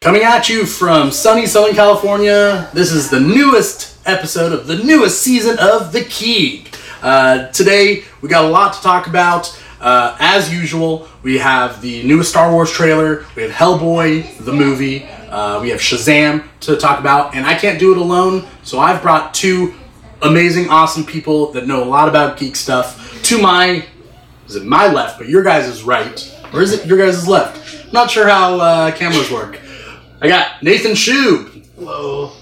Coming at you from sunny Southern California, this is the newest episode of the newest season of The Keeg. Uh, today, we got a lot to talk about. Uh, as usual, we have the newest Star Wars trailer, we have Hellboy, the movie, uh, we have Shazam to talk about, and I can't do it alone, so I've brought two amazing, awesome people that know a lot about geek stuff to my is it my left, but your guys is right, or is it your guys is left? Not sure how uh, cameras work. I got Nathan Shube. Hello.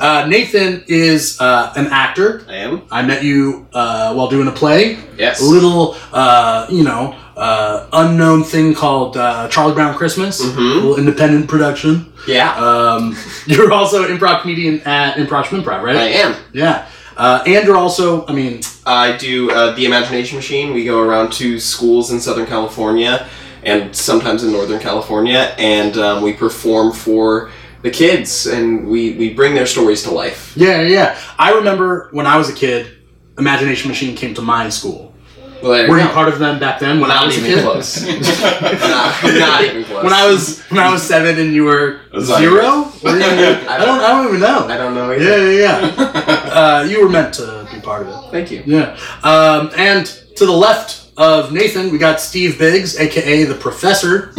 Uh, Nathan is uh, an actor. I am. I met you uh, while doing a play, Yes. a little, uh, you know, uh, unknown thing called uh, Charlie Brown Christmas, Mm-hmm. a little independent production. Yeah. Um, you're also an improv comedian at Improv Improv, right? I am. Yeah. Uh, and you're also, I mean, I do uh, the Imagination Machine. We go around to schools in Southern California and sometimes in Northern California, and um, we perform for the kids, and we, we bring their stories to life. Yeah, yeah, yeah. I remember when I was a kid, Imagination Machine came to my school. Well, there you Were you go. part of them back then when I not was a even kid? close. not, not even close. When I was when I was seven and you were was like- zero? Were you- I don't I don't even I know. don't know. Yeah, Either. yeah, yeah. Uh, you were meant to be part of it. Thank you. Yeah. Um, and to the left of Nathan, we got Steve Biggs, aka the Professor.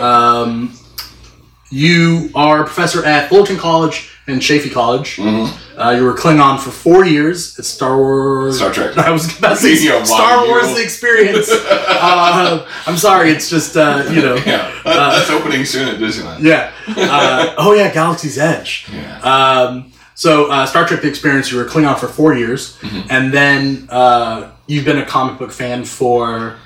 Um, you are a professor at Fullerton College and Chafee College. Uh, you were Klingon for four years at Star Wars. Star Trek. I was about to say You know, Star why Wars you- The Experience. uh, I'm sorry, it's just uh, you know, yeah. Yeah, that- that's opening soon at Disneyland. Uh, oh yeah, Galaxy's Edge. Yeah. Um, so uh, Star Trek: The Experience, you were Klingon for four years, Mm-hmm. and then uh, you've been a comic book fan for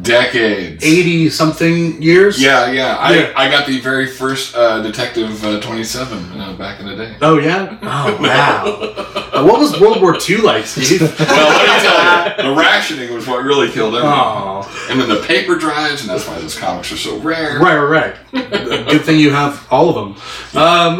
Decades. eighty something years. Yeah, yeah. I, Yeah. I got the very first uh, Detective uh, 27 uh, back in the day. Oh yeah. Oh wow. Uh, what was World War II like, Steve? Well, let me tell you, the rationing was what really killed everything. oh, And then the paper drives, and that's why those comics are so rare. right, right, right. Good thing you have all of them. Um,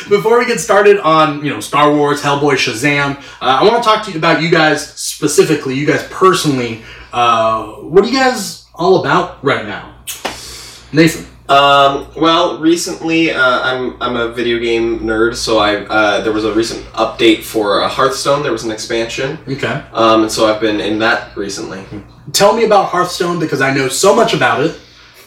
before we get started on you know Star Wars, Hellboy, Shazam, uh, I want to talk to you about you guys specifically, you guys personally. Uh, what are you guys all about right now, Nathan? Um, well, recently uh, I'm I'm a video game nerd, so I uh, there was a recent update for uh, Hearthstone. There was an expansion, Okay. um, and so I've been in that recently. tell me about Hearthstone because I know so much about it.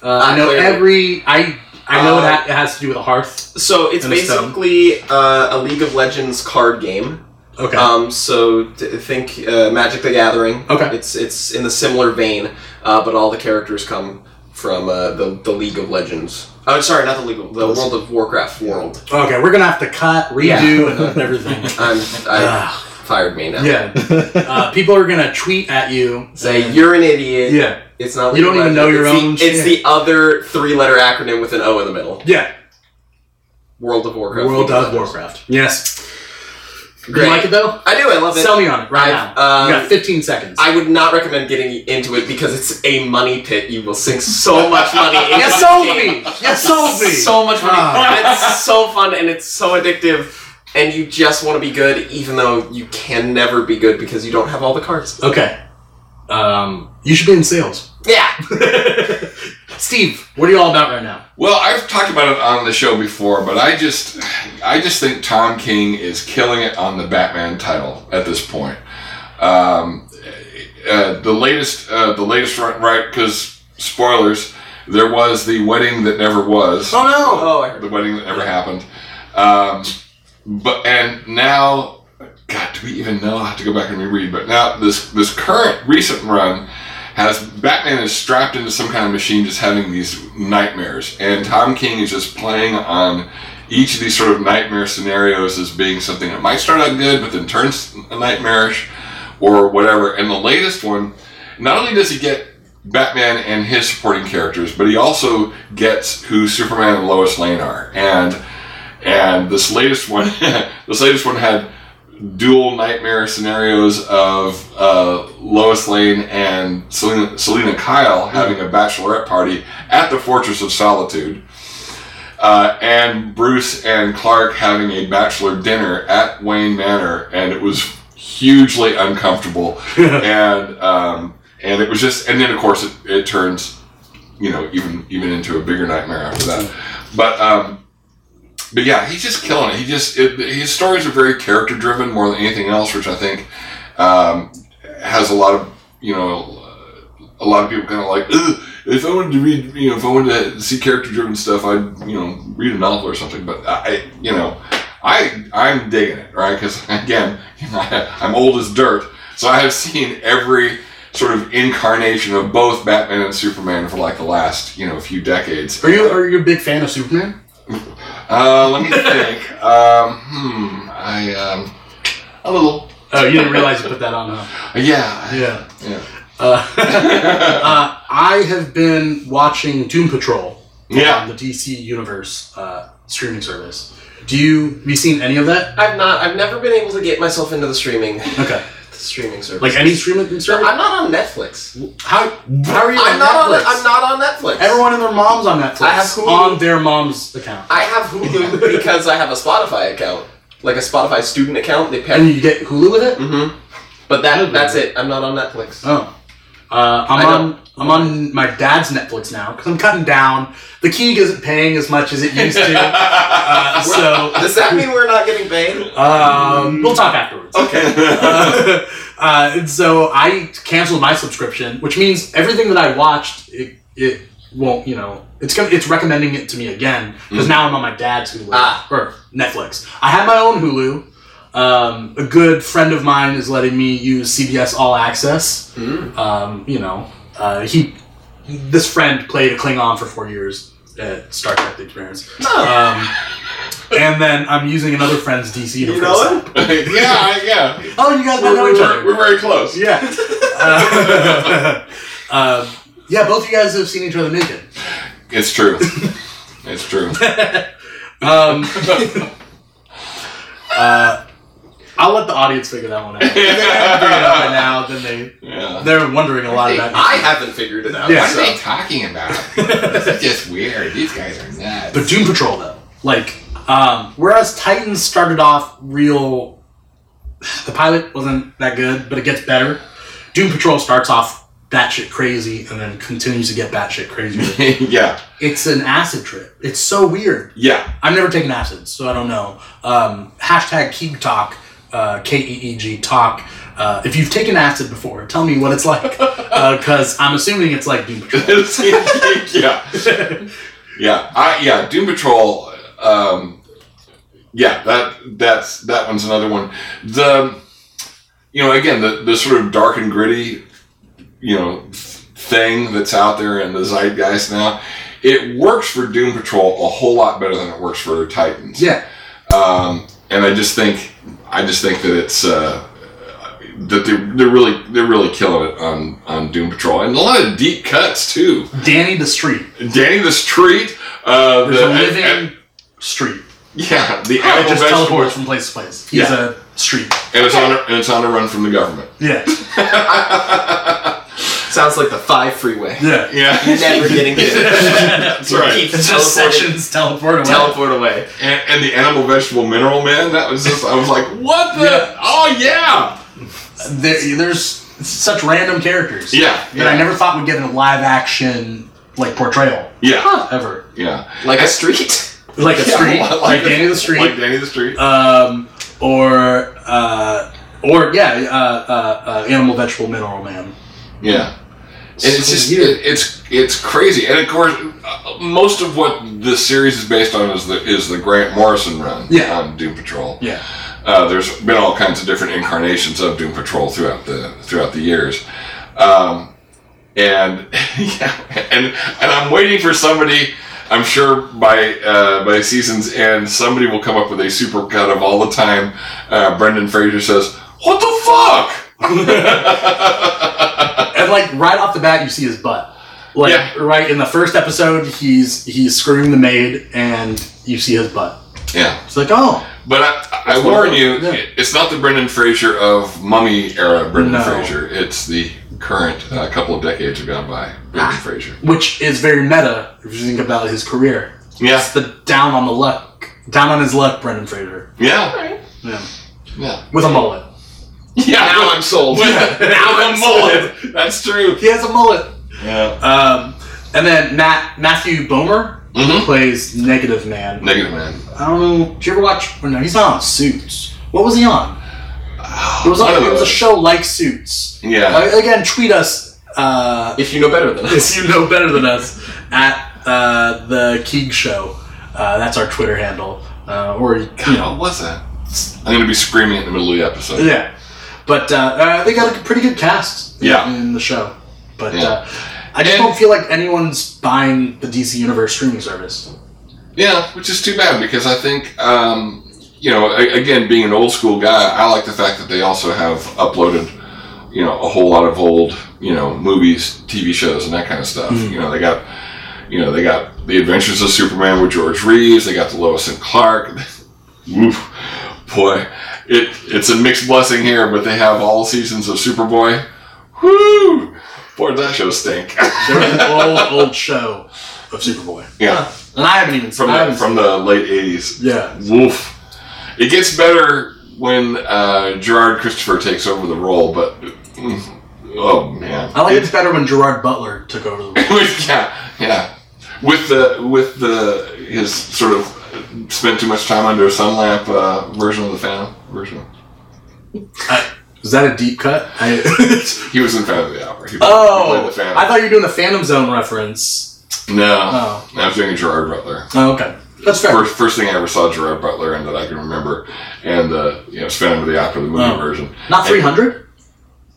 Uh, I know Clearly. every I I know it, Uh, ha- it has to do with a hearth. So it's And a stone. basically uh, a League of Legends card game. Okay. Um, so t- think uh, Magic the Gathering. Okay. It's it's in the similar vein, uh, but all the characters come from uh, the the League of Legends. Oh, sorry, not the League of the World of Warcraft world. okay, we're gonna have to cut, redo, and everything. I'm I Ah, fired me now. yeah. Uh, people are gonna tweet at you. Say you're an idiot. Yeah. It's not. You League don't of even know Legends. your it's own The, it's shit. the other three-letter acronym with an O in the middle. Yeah. World of Warcraft. World League of Legends. Warcraft. Yes. Great. You like it though? I do. I love it. Sell me on it right I've, now. you um, got 15 seconds. I would not recommend getting into it because it's a money pit. You will sink so much money. into you the sold game. me. You sold me. So much money. Ah. And it's so fun and it's so addictive. And you just want to be good, even though you can never be good because you don't have all the cards. okay. Um, you should be in sales. Yeah. Steve, what are you all about right now? Well, I've talked about it on the show before, but I just, I just think Tom King is killing it on the Batman title at this point. Um, uh, the latest, uh, the latest run, right? Because spoilers, there was the wedding that never was, Oh Oh, I heard. the wedding that never happened. Um, but and now, God, do we even know? I have to go back and reread. But now this this current recent run has Batman is strapped into some kind of machine, just having these nightmares, and Tom King is just playing on each of these sort of nightmare scenarios as being something that might start out good, but then turns nightmarish, or whatever. And the latest one, not only does he get Batman and his supporting characters, but he also gets who Superman and Lois Lane are, and and this latest one, this latest one had dual nightmare scenarios of uh, Lois Lane and Selena, Selena Kyle having a bachelorette party at the Fortress of Solitude, uh, and Bruce and Clark having a bachelor dinner at Wayne Manor, and it was hugely uncomfortable, no. and um, and it was just, and then of course it, it turns, you know, even even into a bigger nightmare after that. But um, but yeah, he's just killing it. He just it, his stories are very character driven more than anything else, which I think um, has a lot of you know a lot of people kind of like. Ugh, if I wanted to read, you know, if I wanted to see character-driven stuff, I'd, you know, read a novel or something. But I, you know, I, I'm digging it, right? Because again, you know, I, I'm old as dirt, so I have seen every sort of incarnation of both Batman and Superman for like the last, you know, few decades. Are you are you a big fan of Superman? Uh, let me think. um, hmm, I, um, a little. Oh, you didn't realize you put that on. Huh? Yeah, Yeah. yeah, Uh, uh, I have been watching Doom Patrol yeah. on the DC Universe uh, streaming service. Do you have you seen any of that? I've not. I've never been able to get myself into the streaming, the Okay, streaming service. like any streaming service. I'm not on Netflix. How how are you I'm on not Netflix? on. I'm not on Netflix. Everyone and their moms on Netflix. I have Hulu. on their mom's account, I have Hulu because I have a Spotify account, like a Spotify student account. They and pay. you get Hulu with it. Mm-hmm. But that Hulu. that's it. I'm not on Netflix. Oh. Uh, I'm I on I'm on my dad's Netflix now because I'm cutting down. The Keeg isn't paying as much as it used to, uh, so Does that mean we're not getting paid? um, we'll talk afterwards. Okay. uh, and so I canceled my subscription, which means everything that I watched, it, it won't, you know, it's gonna, it's recommending it to me again because now I'm on my dad's Hulu Ah. or Netflix. I have my own Hulu. Um, a good friend of mine is letting me use CBS All Access. Um, you know, uh, he this friend played a Klingon for four years at Star Trek: The Experience, Oh, um, and then I'm using another friend's DC. you Universe. know it. yeah, I- yeah. Oh, you guys We're, don't know each we're, other. we're very close. Yeah. Uh, um, yeah, both you guys have seen each other naked. It's true. it's true. Um, uh, I'll let the audience figure that one out. If they haven't figured it out by now, then they, Yeah. they're wondering a lot about I haven't figured it out. Yeah. What are so- they talking about? this is just weird. These guys are nuts. But Doom Patrol, though. Like, um, whereas Titans started off real. The pilot wasn't that good, but it gets better. Doom Patrol starts off batshit crazy and then continues to get batshit crazier. yeah, it's an acid trip. It's so weird. yeah. I've never taken acid, so I don't know. Um, hashtag Keeg Talk, uh, K E E G Talk. Uh, if you've taken acid before, tell me what it's like, because I'm assuming it's like Doom Patrol. yeah, yeah. I yeah. Doom Patrol. Um, yeah, that that's that one's another one. The you know again the the sort of dark and gritty you know thing that's out there in the zeitgeist now. It works for Doom Patrol a whole lot better than it works for Titans. yeah, um, and I just think I just think that it's uh, that they're, they're really they're really killing it on on Doom Patrol and a lot of deep cuts too. Danny the Street. Danny the Street, uh, There's the, a living and- and- street. yeah, the It animal just vegetable, teleports from place to place. He's Yeah. a street. and it's on a, and it's on a run from the government. Yeah, Sounds like the five freeway. yeah. Yeah, You're never getting it. that's right. Keep It's just teleporting. sections teleport away. Teleport away. And, and the animal vegetable mineral man. That was just I was like, what the? Yeah. Oh yeah, There, there's such random characters. yeah, That I yeah, never thought would get a live action like portrayal yeah, ever. yeah. Like a street. Like a Yeah, street, like like, a- Danny the Street. Like Danny the Street. um, or uh, or yeah, uh, uh, uh, animal, vegetable, mineral man. Yeah. And it's So just weird. it, it's it's crazy, and of course, uh, most of what the series is based on is the is the Grant Morrison run Yeah. on Doom Patrol. Yeah, Uh, there's been all kinds of different incarnations of Doom Patrol throughout the throughout the years, um, and yeah, and and I'm waiting for somebody. I'm sure by uh, by season's end, somebody will come up with a super cut of all the time. Uh, Brendan Fraser says, "What the fuck." and like right off the bat, you see his butt. Like Yeah. right in the first episode, he's he's screwing the maid, and you see his butt. Yeah. It's like oh But I, I That's warn wonderful. you, Yeah. it- it's not the Brendan Fraser of Mummy era Brendan No. Fraser. It's the current uh, couple of decades have gone by Brendan Ah. Fraser. which is very meta if you think about his career. Yeah, It's the down on the luck, down on his luck, Brendan Fraser. yeah, Yeah, yeah. with a mullet. Yeah, Now I'm sold. now I'm mullet. That's true. He has a mullet. Yeah, Um, and then Matt Matthew Bomer Mhm. plays Negative Man. Negative Man. I don't know. Did you ever watch? Or no, he's not on Suits. What was he on? It was, One on, of it was a those. show like Suits. Yeah. Uh, again, tweet us uh, If you know better than us. if you know better than us at uh, the Keeg Show. Uh, that's our Twitter handle. Uh, or you God, know, what was that? I'm gonna be screaming in the middle of the episode. yeah. But uh, uh, they got a pretty good cast in, Yeah. in the show. But Yeah. uh, I just And- don't feel like anyone's buying the DC Universe streaming service. Yeah, which is too bad because I think, um, you know, a- again, being an old school guy, I like the fact that they also have uploaded, you know, a whole lot of old, you know, movies, TV shows, and that kind of stuff. You know, they got, you know, they got The Adventures of Superman with George Reeves. They got the Lois and Clark. Oof, boy, it it's a mixed blessing here, but they have all seasons of Superboy. Whoo! Boy, that show stink. There was an old, old show of Superboy. yeah, And I haven't even from I the, haven't from the late '80s. seen- yeah. Woof. It gets better when uh, Gerard Christopher takes over the role, but mm, oh man, I like it better when Gerard Butler took over the role. yeah, yeah. With the with the his sort of spent too much time under a sun lamp uh, version of the Phantom version. I- Is that a deep cut? I, He was in Phantom of the Opera. He played- he played oh, the Phantom. I thought you were doing a Phantom Zone reference. no, Oh, I was doing Gerard Butler. oh okay, that's fair. First, first thing I ever saw Gerard Butler in that I can remember, and uh, you know, it's Phantom of the Opera, the movie Oh. version. Not three hundred.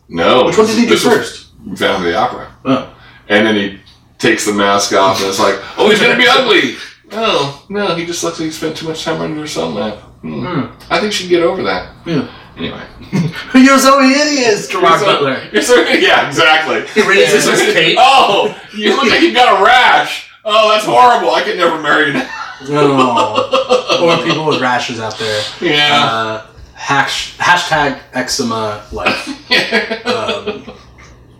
No, Which one did he do this was first? Phantom of the Opera. Oh. And then he takes the mask off, and it's like, oh, he's gonna be ugly. No, no, he just looks like he spent too much time under the sun lamp. Hmm. Hmm. I think she can get over that. Yeah. Anyway, You're so hideous, Gerard So- Butler. you're so- yeah, exactly. He raises his cape. Oh, you look like you got a rash. Oh, that's horrible. I could never marry you. Oh. or people with rashes out there. Yeah. Uh, hash, hashtag eczema life. Um,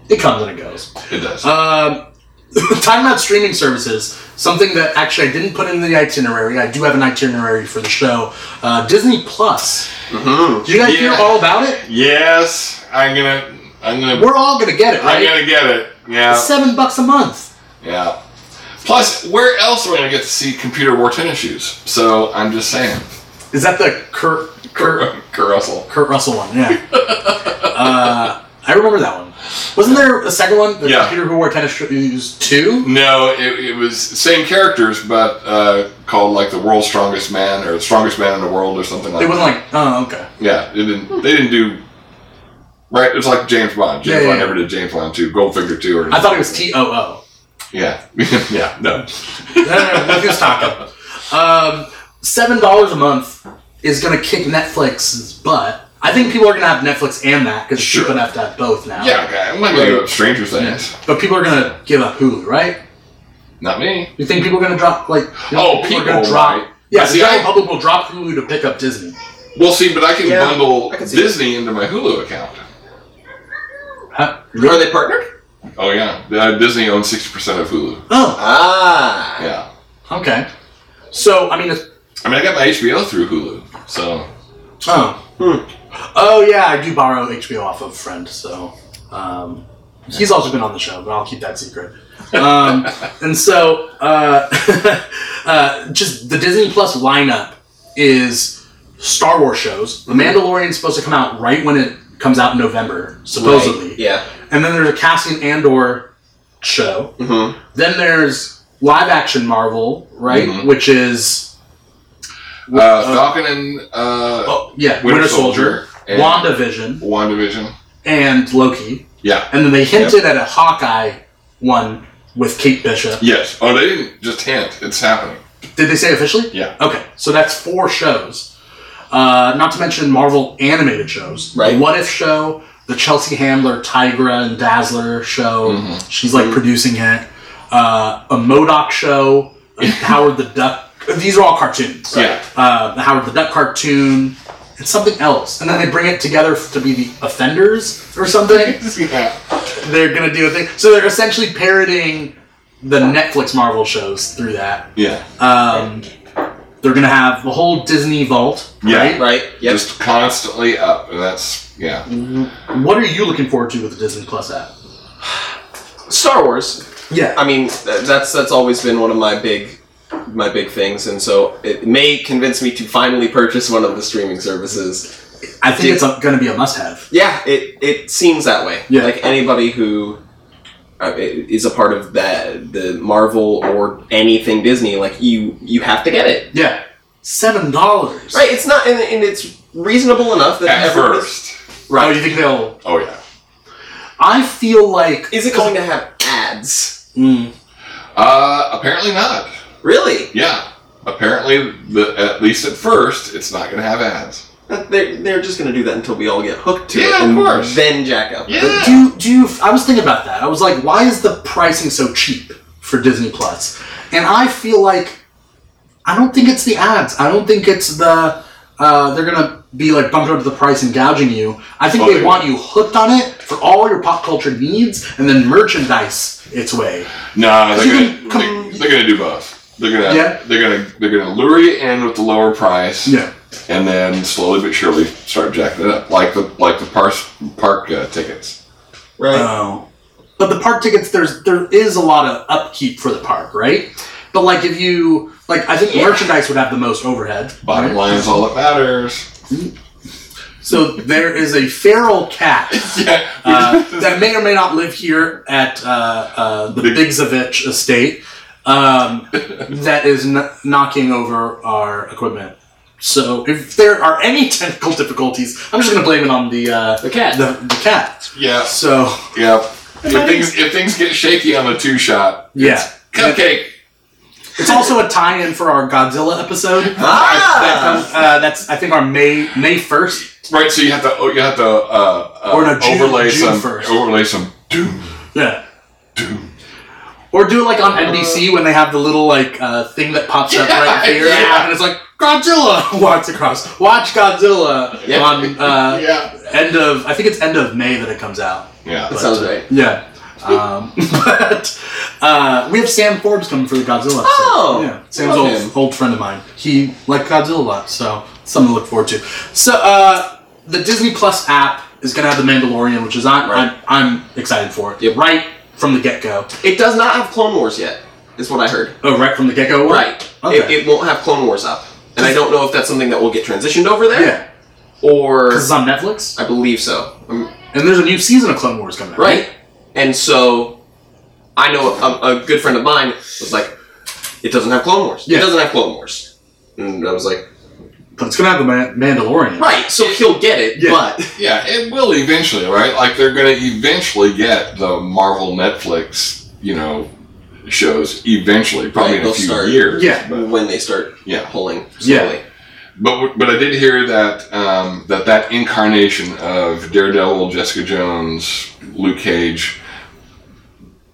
it comes and it goes. it does. Um, talking about streaming services, something that actually I didn't put in the itinerary. I do have an itinerary for the show. Uh, Disney Plus. Mhm. Did you guys hear Mm-hmm. Yeah. all about it? yes, I'm gonna. I'm gonna. We're all gonna get it, I'm right? gonna get it. Yeah. Seven bucks a month. Yeah. Plus, where else am I gonna get to see computer war tennis shoes? So I'm just saying. Is that the Kurt Kurt Kurt, Kurt Russell. Kurt Russell one? Yeah. uh, I remember that one. Wasn't there a second one? The Yeah. computer who wore tennis shoes two. No, it, it was same characters, but uh, called like the world's strongest man or the strongest man in the world or something like. It that. wasn't like oh okay. Yeah, it didn't. They didn't do. Right, it was like James Bond. James Yeah, yeah, Bond yeah. never did James Bond two, Goldfinger two, or. I thought it was T O O. Yeah, yeah, no. No, no, no, who's talking? Um, Seven dollars a month is going to kick Netflix's butt. I think people are going to have Netflix and that because Sure. people have to have both now. Yeah, okay, I'm not gonna give up Stranger Things. But people are going to give up Hulu, right? Not me. You think people are going to drop like? you know, Oh, are gonna people, drop. right. Yeah, But the see, general I- public will drop Hulu to pick up Disney. Well, see, but I can Yeah, bundle I can see Disney into my Hulu account. Huh? Are they partnered? Oh yeah, uh, Disney owns sixty percent of Hulu. Oh, Ah. Yeah, okay. So I mean, it's, I mean, I got my HBO through Hulu, so oh, oh yeah, I do borrow HBO off of a friend, so um, he's also been on the show, but I'll keep that secret. Um, and so, uh, uh, just the Disney Plus lineup is Star Wars shows. The Mandalorian's supposed to come out right when it comes out in November, supposedly. Right. Yeah. And then there's a Cassian Andor show. Mhm. Then there's live action Marvel, right? Mhm. Which is uh, Falcon and uh, oh, yeah, Winter Winter, Soldier, Soldier and- WandaVision, WandaVision. and Loki. Yeah. And then they hinted at a Hawkeye one with Kate Bishop. Yes. Oh, they didn't just hint. It's happening. Did they say officially? Yeah. Okay, so that's four shows. Uh, not to mention Marvel animated shows. Right. The What If show, the Chelsea Handler, Tigra, and Dazzler show. She's like producing it. Uh, a Modoc show, a Howard the Duck. These are all cartoons. Yeah. Uh, the Howard the Duck cartoon, and something else. And then they bring it together to be the Offenders or something. yeah. they're gonna do a thing. So they're essentially parodying the Netflix Marvel shows through that. Yeah. Um, they're gonna have the whole Disney vault. Yeah. Right. Yep. Just constantly up, and that's yeah. What are you looking forward to with the Disney Plus app? Star Wars. Yeah. I mean, th- that's that's always been one of my big my big things, and so it may convince me to finally purchase one of the streaming services. I think Did- it's going to be a must-have. Yeah, it it seems that way. Yeah. like anybody who uh, is a part of that the Marvel or anything Disney, like you you have to get it. Yeah, seven dollars. Right, it's not, and, and it's reasonable enough that At everybody's- first. Oh, right? you think they'll? Oh yeah. I feel like Is it going to have ads? Mm, Uh, apparently not. Really? Yeah. Apparently, the, at least at first, it's not going to have ads. They're, they're just going to do that until we all get hooked to Yeah, it, of and course. then jack up. do you, do you, I was thinking about that. I was like, why is the pricing so cheap for Disney Plus? And I feel like I don't think it's the ads. I don't think it's the uh, they're gonna be like bumping up the price and gouging you. I think Oh, they they- want you hooked on it for all your pop culture needs, and then merchandise its way. No, You they're can gonna they, they're gonna do both. They're gonna Yeah. they're gonna they're gonna lure you in with the lower price, and then slowly but surely start jacking it up, like the like the park park uh, tickets. Right? Oh. But the park tickets, there's there is a lot of upkeep for the park, right? But like if you like, I think merchandise would have the most overhead. Bottom right? line is all that matters. So there is a feral cat Yeah, uh, that may or may not live here at uh, uh, the Big- Bigzovich estate um, that is kn- knocking over our equipment. So if there are any technical difficulties, I'm just going to blame it on the uh, The cat. The, the cat. yeah, So yeah. If things if things get shaky on the two shot, yeah, cupcake. it's also a tie-in for our Godzilla episode. That ah! comes- uh, that's I think our May May first. Right, so you have to oh, you have to uh, uh, Or no, June- overlay June some first. overlay some doom Yeah. doom. Or do it like Uh, on NBC when they have the little like uh, thing that pops up right Yeah, here, yeah. and it's like Godzilla walks across. Watch Godzilla Yeah. on uh, yeah, end of I think it's end of May that it comes out. uh, yeah. That sounds right. Yeah, um, but uh, we have Sam Forbes coming for the Godzilla. episode. Oh, yeah, Sam's love old him. old friend of mine. He liked Godzilla a lot, so something to look forward to. So uh, the Disney Plus app is gonna have the Mandalorian, which is I, I'm Right. I'm excited for it. Yep. Right from the get go. It does not have Clone Wars yet, is what I heard. Oh, right from the get go. Right. It, Okay. it won't have Clone Wars up. And I don't know if that's something that will get transitioned over there, yeah. or Because it's on Netflix, I believe so. Um, and there's a new season of Clone Wars coming out. right? And so, I know a, a good friend of mine was like, "It doesn't have Clone Wars. Yeah. It doesn't have Clone Wars." And I was like, But it's gonna have the Man- Mandalorian. "Right, so he'll get it, Yeah. but Yeah, it will eventually, right? Like they're going to eventually get the Marvel Netflix, you know, shows eventually, probably Right, in a they'll few start. years. Yeah. but when they start yeah. pulling Yeah. slowly, But but I did hear that um, that that incarnation of Daredevil, Jessica Jones, Luke Cage,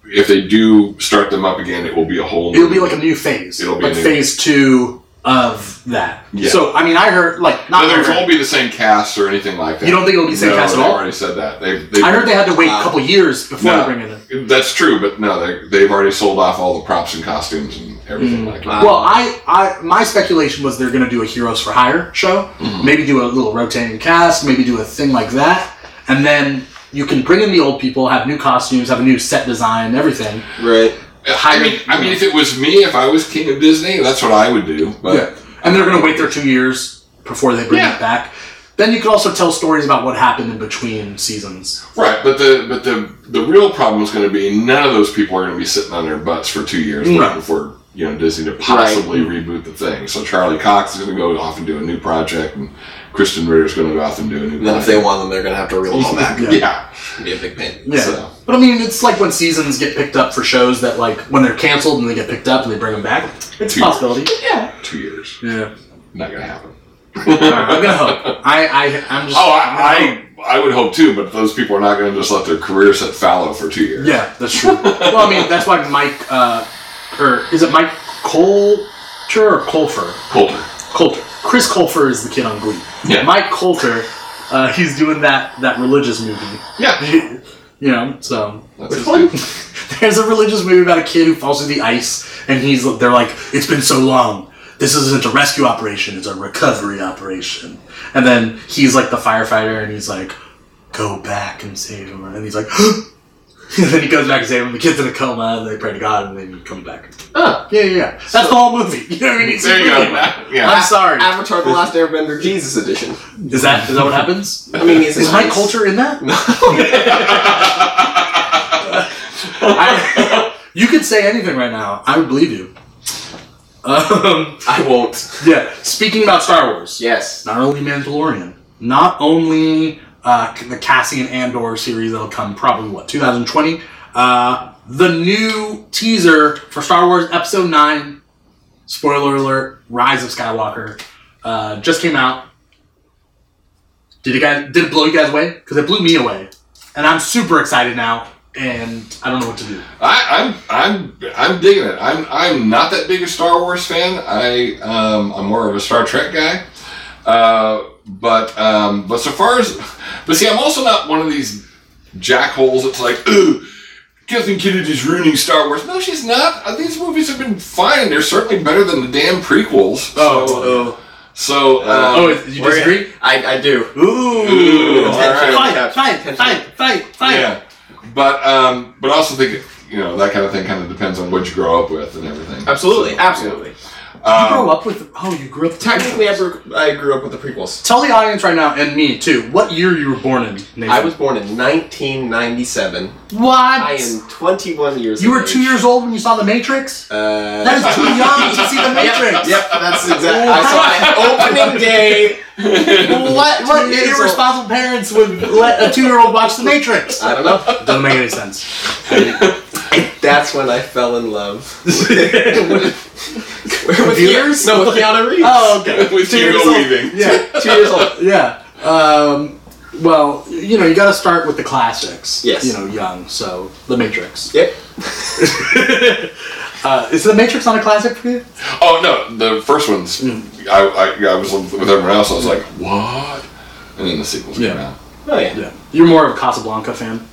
if they do start them up again, it will be a whole. It'll be new- like a new phase. It'll be like a new- phase two of that. Yeah. So I mean, I heard like not. No, there heard- won't be the same cast or anything like that. You don't think it'll be the same no, cast at they all? Already said that. They, they, I heard they had to wait a Uh, couple years before no. they bring it in. That's true, but no, they, they've already sold off all the props and costumes and everything like that. Uh, Well, I, I my speculation was they're going to do a Heroes for Hire show, Mm-hmm. maybe do a little rotating cast, maybe do a thing like that, and then you can bring in the old people, have new costumes, have a new set design, everything. right? Uh, I mean, I mean, if it was me, if I was king of Disney, that's what I would do. But And they're going to wait their two years before they bring Yeah. it back. Then you could also tell stories about what happened in between seasons. right, but the but the the real problem is going to be none of those people are going to be sitting on their butts for two years No. waiting for you know Disney to possibly reboot the thing. So Charlie Cox is going to go off and do a new project, and Kristen Ritter is going to go off and do a new. And then if they project. want them, they're gonna have to reel them all back. Yeah. yeah, It'd be a big pain. Yeah. So. But I mean, it's like when seasons get picked up for shows that, like, when they're canceled and they get picked up and they bring them back. It's a Two years. possibility. Yeah. two years, Yeah. not going to happen. I'm gonna hope. I, I, I'm just. Oh, I'm gonna hope. I, I I would hope too, but those people are not going to just let their career sit fallow for two years. Yeah, that's true. well, I mean, that's why Mike, uh, or is it Mike Coulter or Colfer? Coulter. Coulter. Chris Colfer is the kid on Glee. Yeah. Mike Coulter, uh, he's doing that that religious movie. Yeah. you know, so That's his Which dude. there's a religious movie about a kid who falls through the ice, and he's they're like, it's been so long. This isn't a rescue operation; it's a recovery operation. And then he's like the firefighter, and he's like, go back and save him. And he's like. And then he goes back and saves him. The kid's in a coma, and they pray to God, and then he comes back. Huh. Yeah, yeah, yeah. That's So- the whole movie. You know what I mean? It's Oh. There you go. really- Yeah. I'm sorry. Avatar: The Last Airbender, Jesus Edition. Is that is that what happens? I mean, is Is it my nice? culture in that? I- you could say anything right now. I would believe you. Um, I won't. yeah. Speaking about Star Wars, Yes. not only Mandalorian, not only uh, the Cassian Andor series that'll come probably what 2020. Uh, the new teaser for Star Wars Episode Nine, spoiler alert: Rise of Skywalker, uh, just came out. Did it guys? Did it blow you guys away? Because it blew me away, and I'm super excited now, and I don't know what to do. I, I'm I'm I'm digging it. I'm I'm not that big a Star Wars fan. I um, I'm more of a Star Trek guy. Uh, but um, but so far as but see, I'm also not one of these jackholes that's like ooh. Kathleen Kennedy's ruining Star Wars. No, she's not. Uh, These movies have been fine. They're certainly better than the damn prequels. so, Oh, so um, Oh, you disagree? I, I do. Ooh! Ooh, all right. Fight! Fight! Fight! Fight! Fight! yeah. But um, but I also think you know that kind of thing kind of depends on what you grow up with and everything. Absolutely, So, absolutely. You Um, grow up with oh, you grew up with Technically, I grew, I grew up with the prequels. Tell the audience right now, and me too, what year you were born in, Nathan. I was born in 1997. What? I am 21 years. you of were two age. years old when you saw The Matrix? Uh, That is Oh too young to see The Matrix! Yep, that's exactly. I saw it opening day. What, Two what years irresponsible parents would let a two year old watch The Matrix? I don't know. Doesn't make any sense. That's when I fell in love. with Computers? No, with Keanu Reeves. Oh, okay. With Two Hugo years old. Weaving. Yeah, Two years old. yeah. Um, well, you know, you gotta start with the classics. Yes. You know, young, so The Matrix. Yep. Uh, is The Matrix not a classic for you? Oh no, the first one's. I, I I was with everyone else. I was like, what? And then the sequels came Yeah. out. Oh yeah. You're more of a Casablanca fan.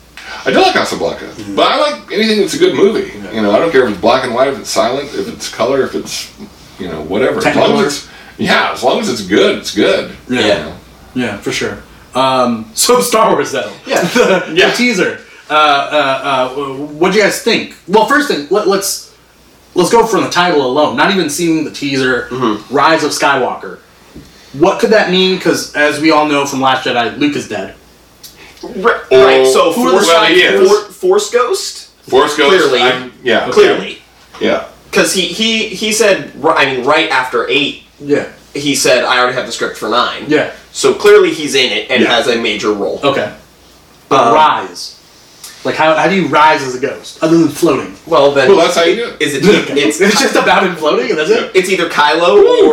I do like Casablanca, but I like anything that's a good movie. You know, I don't care if it's black and white, if it's silent, if it's color, if it's you know whatever. As long Technicolor. as it's, yeah, as long as it's good, it's good. Yeah. You know? Yeah, for sure. Um, so Star Wars though. Yeah. the, Yeah. the teaser. Uh, uh, uh, what do you guys think? Well, first thing, let, let's let's go from the title alone. Not even seeing the teaser, Rise of Skywalker. What could that mean? Because as we all know from Last Jedi, Luke is dead. Right. Or- right, So Who are the Force, Well, he is. For- Force Ghost. Force Ghost. Clearly. I'm- yeah. Clearly, Yeah. because he he he said. ri- I mean, right after eight, Yeah. he said, "I already have the script for nine. Yeah. Oh, So clearly, he's in it and Yeah. has a major role. Okay. Um, rise. Like how, how do you rise as a ghost other than floating? Well, then Well, that's how you do it. is it? It's It's, just about him floating. That's it. it's either Kylo This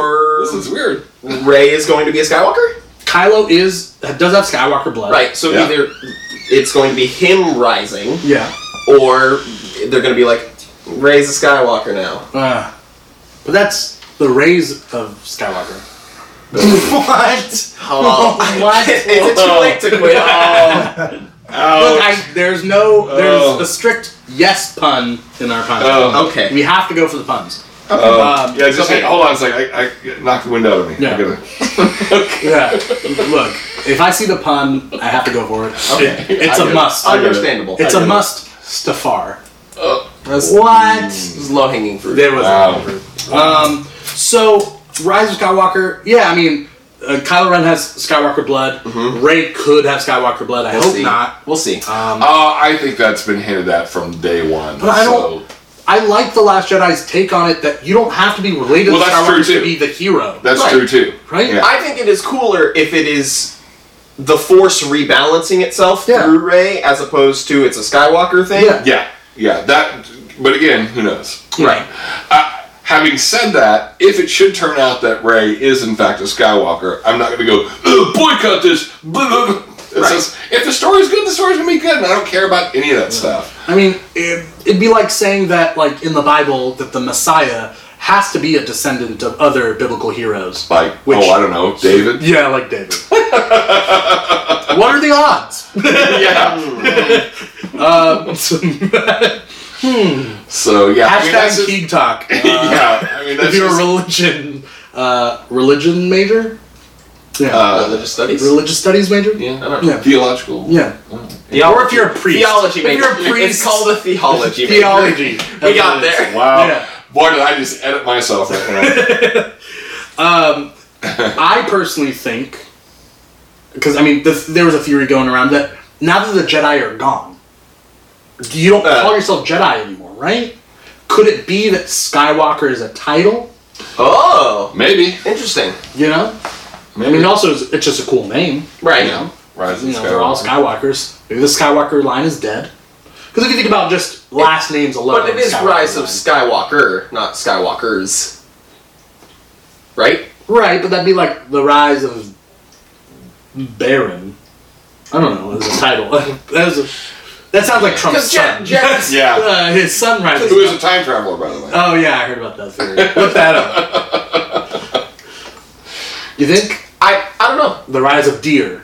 or is weird. Ray is going to be a Skywalker. Kylo is does have Skywalker blood. Right. So Yeah. either it's going to be him rising, Yeah. or they're going to be like Ray's a Skywalker now. Uh, but that's the rays of Skywalker. what? Oh, What? is it too late to quit? Look, I, there's no, there's Oh. a strict yes pun in our podcast. Oh. okay. We have to go for the puns. Oh. Um, yeah, just okay. hold on a second. I, I knocked the window out of me. Yeah. I gotta- Yeah. Look, if I see the pun, I have to go for it. Okay. It- it's I get a it. must. I get it. Understandable. It's a Understandable. must. Stafar. Uh, What? This is low hanging fruit. There was. Wow. Um, so Rise of Skywalker, yeah, I mean, uh, Kylo Ren has Skywalker blood. Ray could have Skywalker blood. I Mm-hmm. We'll hope see. not. We'll see. Um, Uh, I think that's been hinted at from day one. But I so- don't- I like the Last Jedi's take on it that you don't have to be related Well, to that's true, Skywalker too. to be the hero. That's Right. true too. Right? Yeah. I think it is cooler if it is the Force rebalancing itself Yeah. through Ray as opposed to it's a Skywalker thing. Yeah. yeah. Yeah. That. But again, who knows? Right. Uh, having said that, if it should turn out that Ray is in fact a Skywalker, I'm not going to go "Ugh, boycott this. Blah, blah, blah." It's Right. just, if the story's good, the story's going to be good, and I don't care about any of that stuff. I mean, it, it'd be like saying that, like, in the Bible, that the Messiah has to be a descendant of other biblical heroes. Like, Which- oh, I don't know, David. Yeah, like David. what are the odds? yeah. Um, hashtag So yeah. I mean, that's just- Keeg Talk. yeah. I mean, that's if you're just, a religion uh, religion major yeah uh, Religious studies. religious studies major yeah. I don't know. don't yeah Theological. yeah or if you're a priest Theology if major. you're a priest It's called a theology major. theology We got there. Wow. Yeah. Boy, did I just edit myself right now. I personally think, because I mean, the, there was a theory going around that now that the Jedi are gone, you don't Uh. call yourself Jedi anymore, right? Could it be that Skywalker is a title? Oh, Maybe. interesting. You know, I Maybe. mean, also it's it's just a cool name. Right. You know, Rise of you know they're all Skywalker. Skywalkers. Maybe the Skywalker line is dead. Because if you think about just last names alone, But it is Skywalker Rise of line. Skywalker, not Skywalkers. Right? Right, but that'd be like the rise of Baron. I don't know. Is a title. that, was a, that sounds like Trump's Because son. Jet, Jet's Yeah. Uh, his son rises. Who is a time traveler, by the way? Oh yeah, I heard about that theory. Look that up. You think I I don't know. the rise of deer?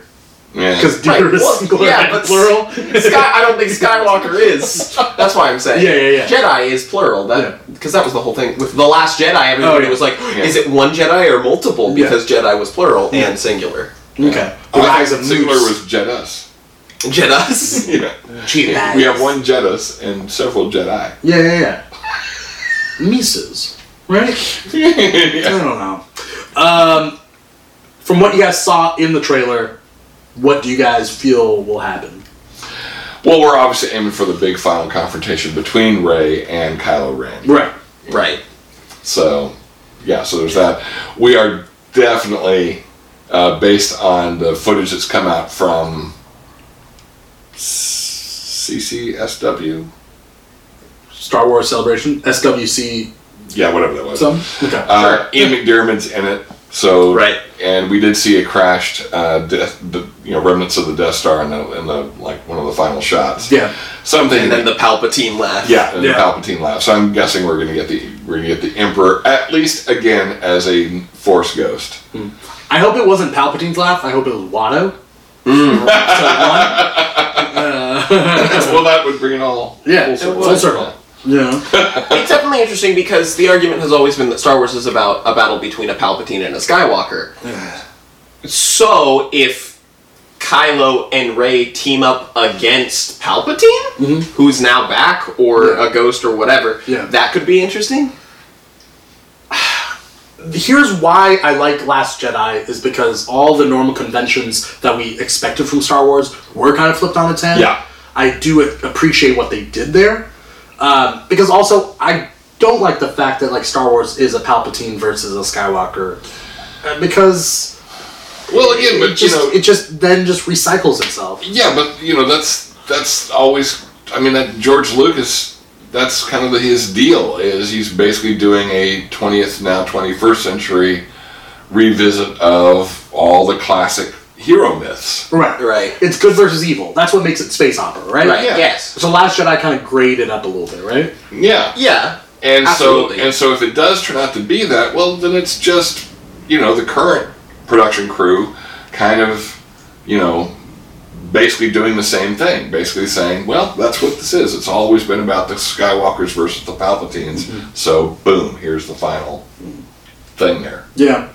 Yeah. Because deer Right, is well, singular yeah, and but- plural. Sky, I don't think Skywalker is. That's why I'm saying. Yeah, yeah, yeah. Jedi is plural. That because that was the whole thing with the last Jedi. Oh, Everybody yeah. was like, is it one Jedi or multiple? Yeah. Because Jedi was plural Yeah. and singular. okay. The I rise think of singular moose. was Jedus. Jedi's. Yeah. Cheetahs. We have one Jedus and several Jedi. Yeah, yeah, yeah. Mises, right? I yeah. don't know. Um, from what you guys saw in the trailer, what do you guys feel will happen? Well, we're obviously aiming for the big final confrontation between Ray and Kylo Ren. Right. right. So, yeah, so there's that. We are definitely, uh, based on the footage that's come out from CCSW. Star Wars Celebration, SWC, Yeah, whatever that was. some. Okay. Uh, Ian McDermott's in it. So Right. and we did see a crashed, uh, death, the you know remnants of the Death Star in the, in the like one of the final shots. yeah. something. And then the Palpatine laugh. yeah, and Yeah. the Palpatine laugh. So I'm guessing we're gonna get the we're gonna get the Emperor at least again as a Force ghost. I hope it wasn't Palpatine's laugh. I hope it was Watto. So, one. Uh, well, that would bring it all Yeah, full it circle. would. Full circle. yeah. It's definitely interesting because the argument has always been that Star Wars is about a battle between a Palpatine and a Skywalker. So if Kylo and Rey team up against Palpatine, who's now back or a ghost or whatever, Yeah. that could be interesting. Here's why I like Last Jedi is because all the normal conventions that we expected from Star Wars were kind of flipped on its head. Yeah. I do a- appreciate what they did there. Um, because also, I don't like the fact that like Star Wars is a Palpatine versus a Skywalker, Uh, because Well, again, it but you just know, it just then just recycles itself. yeah, but you know, that's that's always. I mean, that George Lucas. That's kind of his deal. Is he's basically doing a 20th now 21st century revisit of all the classic hero myths. Right. Right. It's good versus evil. That's what makes it space opera, right? Right. Yeah. Yes. So Last Jedi kind of graded up a little bit, right? Yeah. Yeah. And Absolutely. so and so if it does turn out to be that, well then it's just, you know, the current production crew kind of, you know, basically doing the same thing, basically saying, well, that's what this is. It's always been about the Skywalkers versus the Palpatines. So boom, here's the final thing there. Yeah.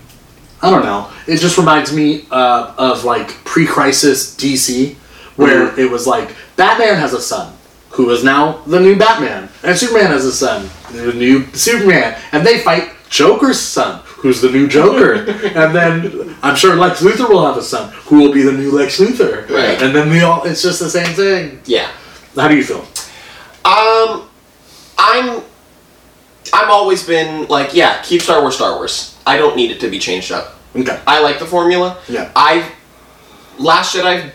I don't know. It just reminds me uh, of like pre-crisis DC, where Mm-hmm. it was like Batman has a son who is now the new Batman, and Superman has a son, the new Superman, and they fight Joker's son, who's the new Joker, and then I'm sure Lex Luthor will have a son who will be the new Lex Luthor, Right. and then we all it's just the same thing. Yeah. How do you feel? Um, I'm. I've always been like, yeah, keep Star Wars Star Wars. I don't need it to be changed up. Okay. I like the formula. Yeah. I last Jedi,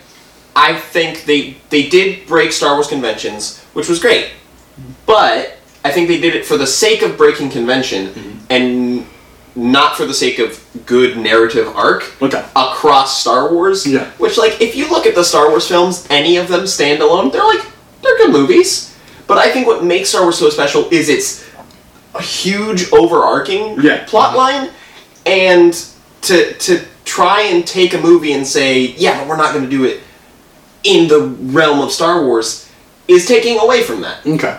I think they they did break Star Wars conventions, which was great. But I think they did it for the sake of breaking convention and not for the sake of good narrative arc Okay. across Star Wars. Yeah. Which like if you look at the Star Wars films, any of them stand alone, they're like they're good movies. But I think what makes Star Wars so special is its a huge overarching Yeah. Uh-huh. plot line and to to try and take a movie and say, yeah, but we're not going to do it in the realm of Star Wars is taking away from that. Okay.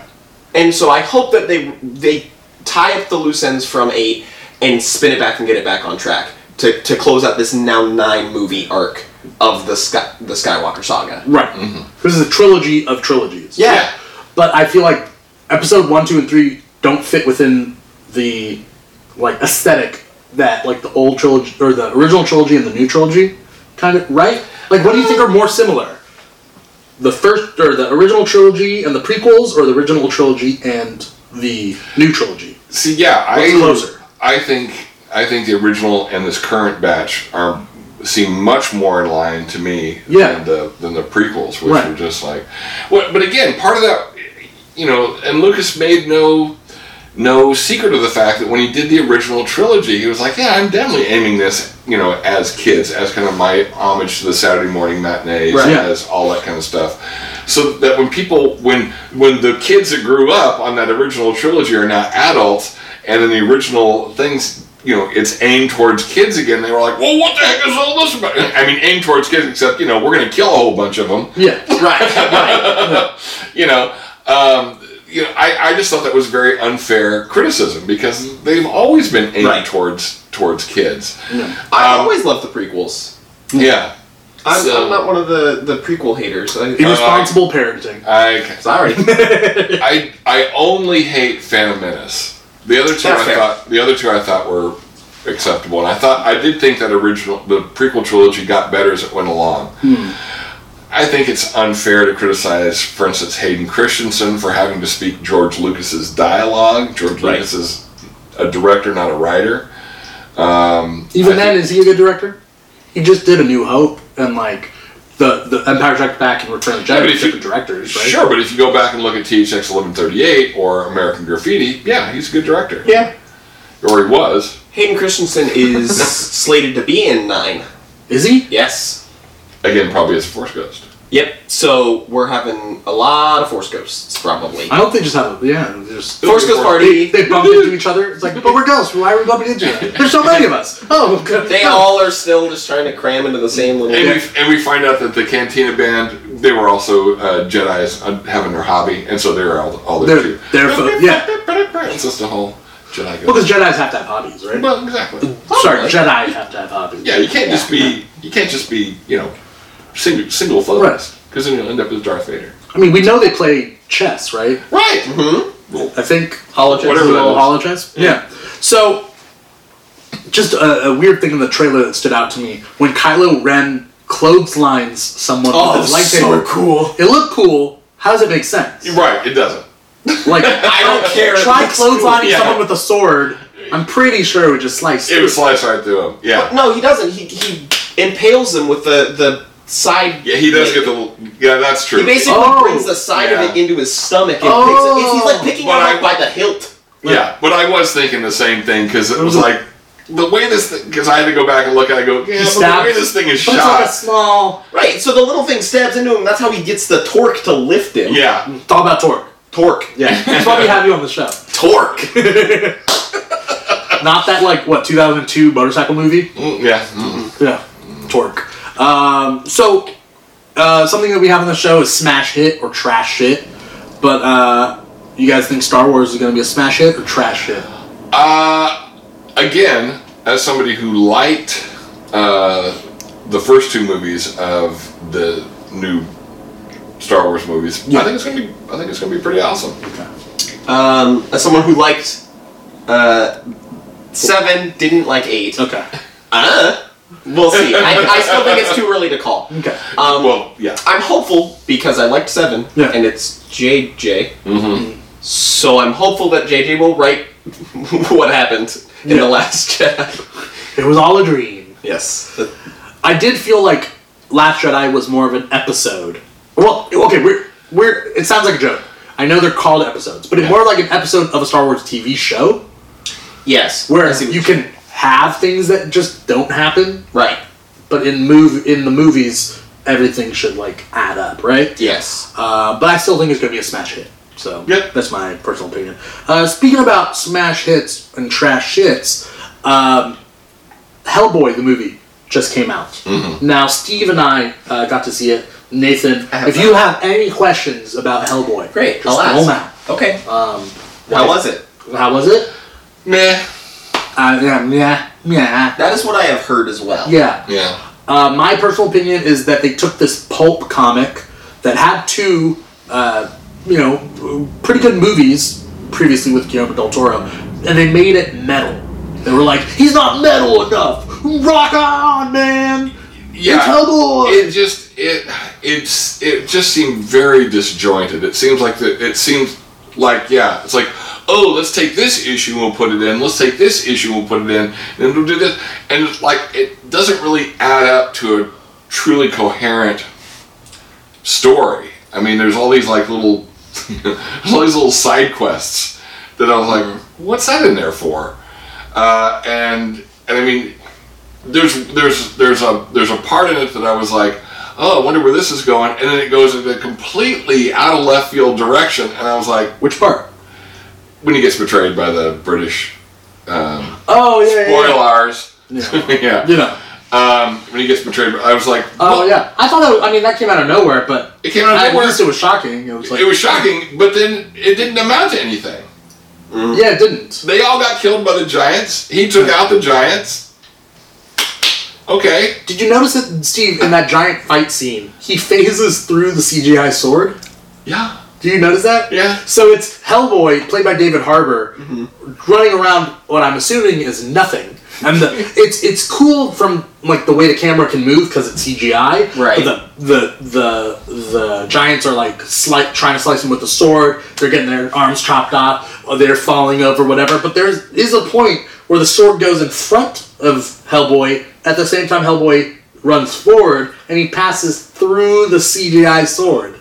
And so I hope that they they tie up the loose ends from eight and spin it back and get it back on track to, to close out this now nine movie arc of the Sky, the Skywalker saga. Right. This is a trilogy of trilogies. Mm-hmm. Yeah. But I feel like episode one, two, and three don't fit within the like aesthetic that like the old trilogy or the original trilogy and the new trilogy kind of right? Like, what do you think are more similar? The first or the original trilogy and the prequels, or the original trilogy and the new trilogy? See, yeah, I What's closer? I think I think the original and this current batch are seem much more in line to me Yeah. than the than the prequels, which Right. were just like. Well, but again, part of that, you know, and Lucas made no no secret of the fact that when he did the original trilogy, he was like, "Yeah, I'm definitely aiming this, you know, as kids, as kind of my homage to the Saturday morning matinees, Right. Yeah. as all that kind of stuff." So that when people, when when the kids that grew up on that original trilogy are now adults, and in the original things, you know, it's aimed towards kids again. They were like, "Well, what the heck is all this about?" I mean, aimed towards kids, except you know, we're going to kill a whole bunch of them Yeah, Right. you know, um, you know, I, I just thought that was very unfair criticism because they've always been aimed Right. towards towards kids. I Um, always love the prequels. Yeah, I'm, So- I'm not one of the, the prequel haters. I, uh, irresponsible Uh, parenting. I sorry. I I only hate Phantom Menace. The other two That's I fair. thought the other two I thought were acceptable, and I thought I did think that original the prequel trilogy got better as it went along. Hmm. I think it's unfair to criticize, for instance, Hayden Christensen for having to speak George Lucas's dialogue. George Right. Lucas is a director, not a writer. Even I then, think- is he a good director? He just did A New Hope and like the the Empire Strikes Back and Return of the Yeah, Jedi. but Yeah, if you- different directors, right? Sure, but if you go back and look at THX 1138 or American Graffiti, yeah, he's a good director. yeah. Or he was. Hayden Christensen is slated to be in nine. Is he? Yes. Again, probably as a Force Ghost. Yep. So we're having a lot of Force Ghosts, probably. I hope they just have a yeah. they Just Force Ghost They, Party. they bump into each other. It's like, but we're ghosts. Why are we bumping into each other? There's so many of us. Oh, good. They all are still just trying to cram into the same little. And, we, and we find out that the Cantina Band, they were also uh, Jedi's uh, having their hobby, and so they were all, all there They're- too. they're fo- yeah. It's just a whole Jedi go. because Jedi's have to have hobbies, right? well, exactly. Sorry, Probably. Jedi have to have hobbies. Yeah, you can't just be, you can't just be, you know, single, single focused, because then you'll end up with Darth Vader. Mm-hmm. I mean, we know they play chess, right? Right! I think Holochess. Whatever that little is. hollow chest. Yeah. So, just a, a weird thing in the trailer that stood out to me when Kylo Ren clotheslines someone Oh, with his that's lightsaber. so cool. It looked cool. How does it make sense? Right, it doesn't. Like, I don't care. try It's cool. clotheslining Yeah. someone with a sword. I'm pretty sure it would just slice. It through. would slice right through him. Yeah. No, he doesn't. He, he impales them with the, the side. Yeah, he does get the. Yeah, that's true. He basically Oh. brings the side Yeah. of it into his stomach and Oh. picks it. He's like picking it But I- up by the hilt. yeah, but I was thinking the same thing because it was like the way this thing. Because I had to go back and look at. it, I go, yeah, but the stabs- way this thing is But it's like a shot. small. Right, so the little thing stabs into him. That's how he gets the torque to lift him. Yeah, It's all about torque. Torque. Yeah, that's why we have you on the show. Torque. Not that like what 2002 motorcycle movie. Mm, yeah. mm. Yeah, torque. Um, so uh, something that we have on the show is smash hit or trash hit. But uh, you guys think Star Wars is going to be a smash hit or trash hit? Uh, again, as somebody who liked uh, the first two movies of the new Star Wars movies, Yeah. I think it's gonna be. I think it's gonna be pretty awesome. Um, as someone who liked uh, seven, didn't like eight. Okay. Uh, we'll see. I, I still think it's too early to call. Okay. Um, Well, yeah. I'm hopeful because I liked seven, Yeah. and it's JJ. Mm-hmm. So I'm hopeful that JJ will write what happened in Yeah. the last Jedi. It was all a dream. Yes. I did feel like Last Jedi was more of an episode. Well, okay, we're we're. It sounds like a joke. I know they're called episodes, but it's more like an episode of a Star Wars TV show Yes. where I see what you can have things that just don't happen, Right. but in move in the movies, everything should like add up, right? Yes. Uh, but I still think it's going to be a smash hit. So Yep. that's my personal opinion. Uh, speaking about smash hits and trash hits, um, Hellboy the movie just came out. Now Steve and I uh, got to see it. Nathan, I have if you have any questions about Hellboy, Great. just I'll throw 'em ask. Okay. out. Um, How was it? How was it? Meh. Uh, yeah, yeah, yeah, That is what I have heard as well. yeah. Yeah. Uh, my personal opinion is that they took this pulp comic that had two, uh, you know, pretty good movies previously with Guillermo del Toro, and they made it metal. They were like, he's not metal enough. Rock on, man. yeah, It's Hellboy! It just it it's it just seemed very disjointed. It seems like the, it seems like yeah, it's like oh let's take this issue and we'll put it in. Let's take this issue and we'll put it in. Then we'll do this, and it's like it doesn't really add up to a truly coherent story. I mean, there's all these like little there's all these little side quests that I was like, what's that in there for? Uh, and and I mean, there's there's there's a there's a part in it that I was like, oh, I wonder where this is going, and then it goes in a completely out of left field direction, and I was like, Which part? when he gets betrayed by the British um, Oh yeah, yeah, spoilers, yeah. yeah, yeah. You know. Um, when he gets betrayed, I was like, Oh what? yeah. I thought that. Was, I mean, that came out of nowhere, but it came out of at nowhere. least it was shocking. It was like, It was shocking, but then it didn't amount to anything. yeah, it didn't. They all got killed by the giants. He took out the giants. Okay. Did you notice that Steve in that giant fight scene? He phases through the CGI sword. Yeah. Do you notice that? Yeah. So it's Hellboy, played by David Harbour, running around what I'm assuming is nothing. And the, it's it's cool from like the way the camera can move because it's CGI. Right. But the, the the the giants are like slight trying to slice him with the sword. They're getting their arms chopped off. Or they're falling over, whatever. But there is a point where the sword goes in front of Hellboy. At the same time, Hellboy runs forward and he passes through the CGI sword.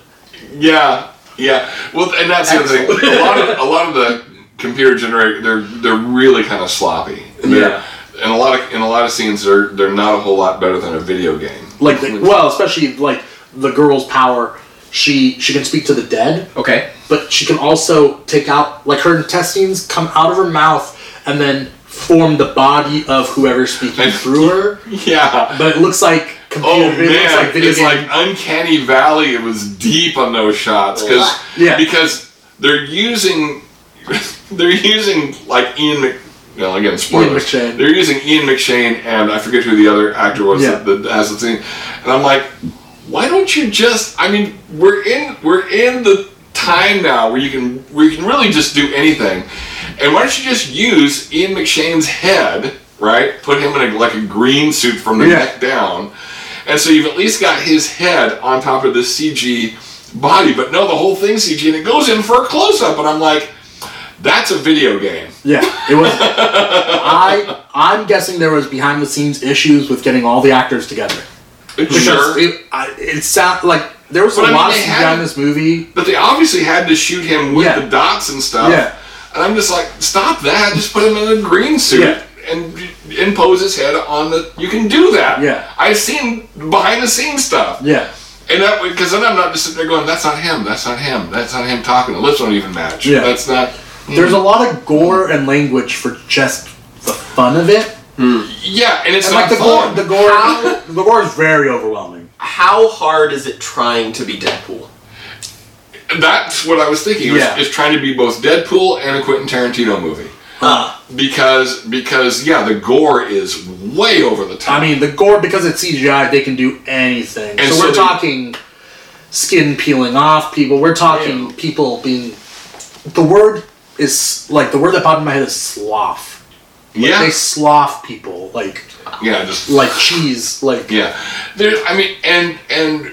Yeah, yeah. Well, and that's the other thing. Excellent. A lot of a lot of the computer generated they're they're really kind of sloppy. They're- And a lot of in a lot of scenes they're they're not a whole lot better than a video game. like the, well especially like the girl's power she she can speak to the dead Oh. Okay. but she can also take out like her intestines come out of her mouth and then form the body of whoever's speaking through her Yeah. but it looks like computer Oh it looks man, like video it's game. like uncanny valley. It was deep on those shots because Yeah. because they're using they're using like Ian. Mc, well, again, spoilers. McShane. They're using Ian McShane and I forget who the other actor was Yeah. that, that has the scene. And I'm like, why don't you just? I mean, we're in we're in the time now where you can where you can really just do anything. And why don't you just use Ian McShane's head, right? Put him in a, like a green suit from the Yeah. neck down, and so you've at least got his head on top of the CG body. But no, the whole thing CG, and it goes in for a close up. And I'm like, that's a video game. yeah it was i i'm guessing there was behind the scenes issues with getting all the actors together because Sure. it, I, it sound like there was But I a mean, lot of they CGI had- in this movie But they obviously had to shoot him with Yeah. the dots and stuff. Yeah. And I'm just like, stop that. Just put him in a green suit Yeah. and and pose his head on the. You can do that. Yeah. I've seen behind the scenes stuff. yeah And that because then I'm not just sitting there going, that's not him. That's not him. That's not him talking. The lips don't even match. Yeah. That's not. there's a lot of gore and language for just the fun of it Yeah, and it's And not like the gore, fun. the gore, the gore is very overwhelming. How hard is it trying to be Deadpool? That's what I was thinking. It was, Yeah. is trying to be both Deadpool and a Quentin Tarantino movie. Because because yeah, the gore is way over the I top. mean, the gore because it's CGI, they can do anything. And so, so we're they- talking skin peeling off people. We're talking Ew. people being. The word is like the word that popped in my head is sloth. yeah, They sloth people like yeah, just like cheese. Like yeah. There, I mean, and and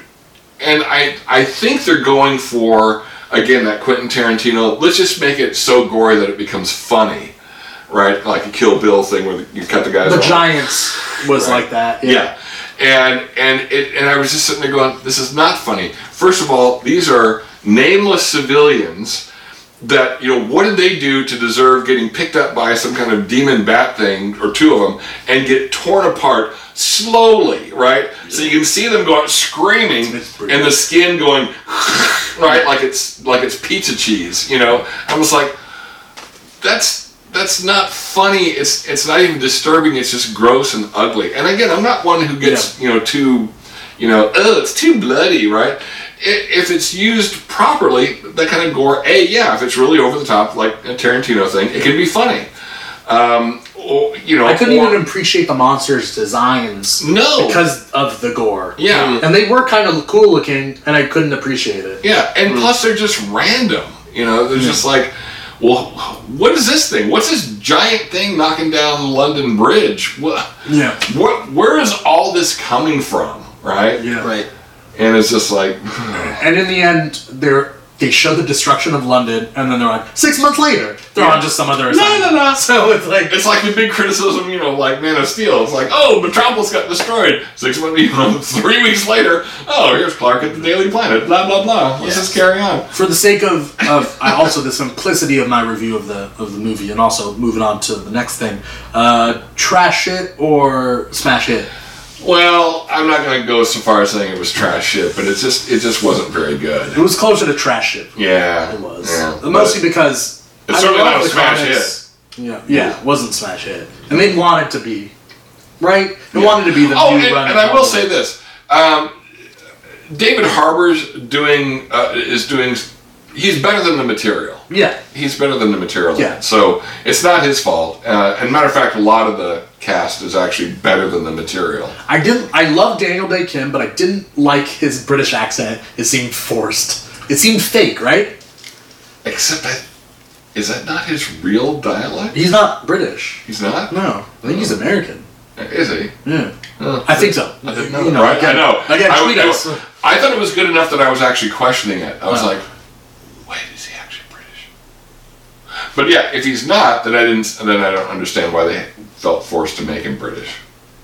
and I I think they're going for again that Quentin Tarantino. Let's just make it so gory that it becomes funny, right? Like a Kill Bill thing where you cut the guys. the off. giants was Right. like that. Yeah. And and it and I was just sitting there going, this is not funny. First of all, these are nameless civilians that you know what did they do to deserve getting picked up by some kind of demon bat thing or two of them and get torn apart slowly right so you can see them going screaming It's brutal. and the skin going right like it's like it's pizza cheese you know i was like that's that's not funny. It's it's not even disturbing. It's just gross and ugly. And again, I'm not one who gets you know too, you know, oh, it's too bloody, right? I- If it's used properly, that kind of gore, a yeah, if it's really over the top like a Tarantino thing, it can be funny. Um, or, you know, I couldn't or- even appreciate the monsters' designs no because of the gore. Oh. yeah. And they were kind of cool looking, and I couldn't appreciate it. Yeah, and plus they're just random. You know, they're just like, well, what is this thing? What's this giant thing knocking down London Bridge? What, Yeah. what, where is all this coming from? Right? Yeah. Right. And it's just like, And in the end, they're they show the destruction of London, and then they're like six months later, they're Yeah. on just some other. no, no, assignment. no. So it's like It's like the big criticism, you know, like Man of Steel. It's like, oh, Metropolis got destroyed. Six months, you know, three weeks later, oh, here's Clark at the Daily Planet. Blah blah blah. Let's Yes. just carry on. for the sake of, of I also the simplicity of my review of the of the movie, and also moving on to the next thing, uh, trash it or smash it. Well, I'm not going to go so far as saying it was trash shit, but it's just it just wasn't very good. It was closer to trash it. Yeah, It was Yeah, mostly because It's I certainly love not a the smash Yeah, yeah, it wasn't smash hit, and they want it to be, right? They wanted to be the Oh, new and, run and I will say this: um, David Harbour's doing uh, is doing. He's better than the material. yeah, He's better than the material. Yeah. So it's not his fault. Uh, and matter of fact, a lot of the cast is actually better than the material. I didn't. I love Daniel Day Kim, but I didn't like his British accent. It seemed forced. It seemed fake, right? Except I, is that not his real dialect? He's not British. He's not. No, I think he's American. Is he? Yeah, Huh. I think so. I didn't know, You know, right? again- I know. again, I, tweet I- us. I thought it was good enough that I was actually questioning it. I was Oh. like, wait, is he actually British? But yeah, if he's not, then I didn't. Then I don't understand why they felt forced to make him British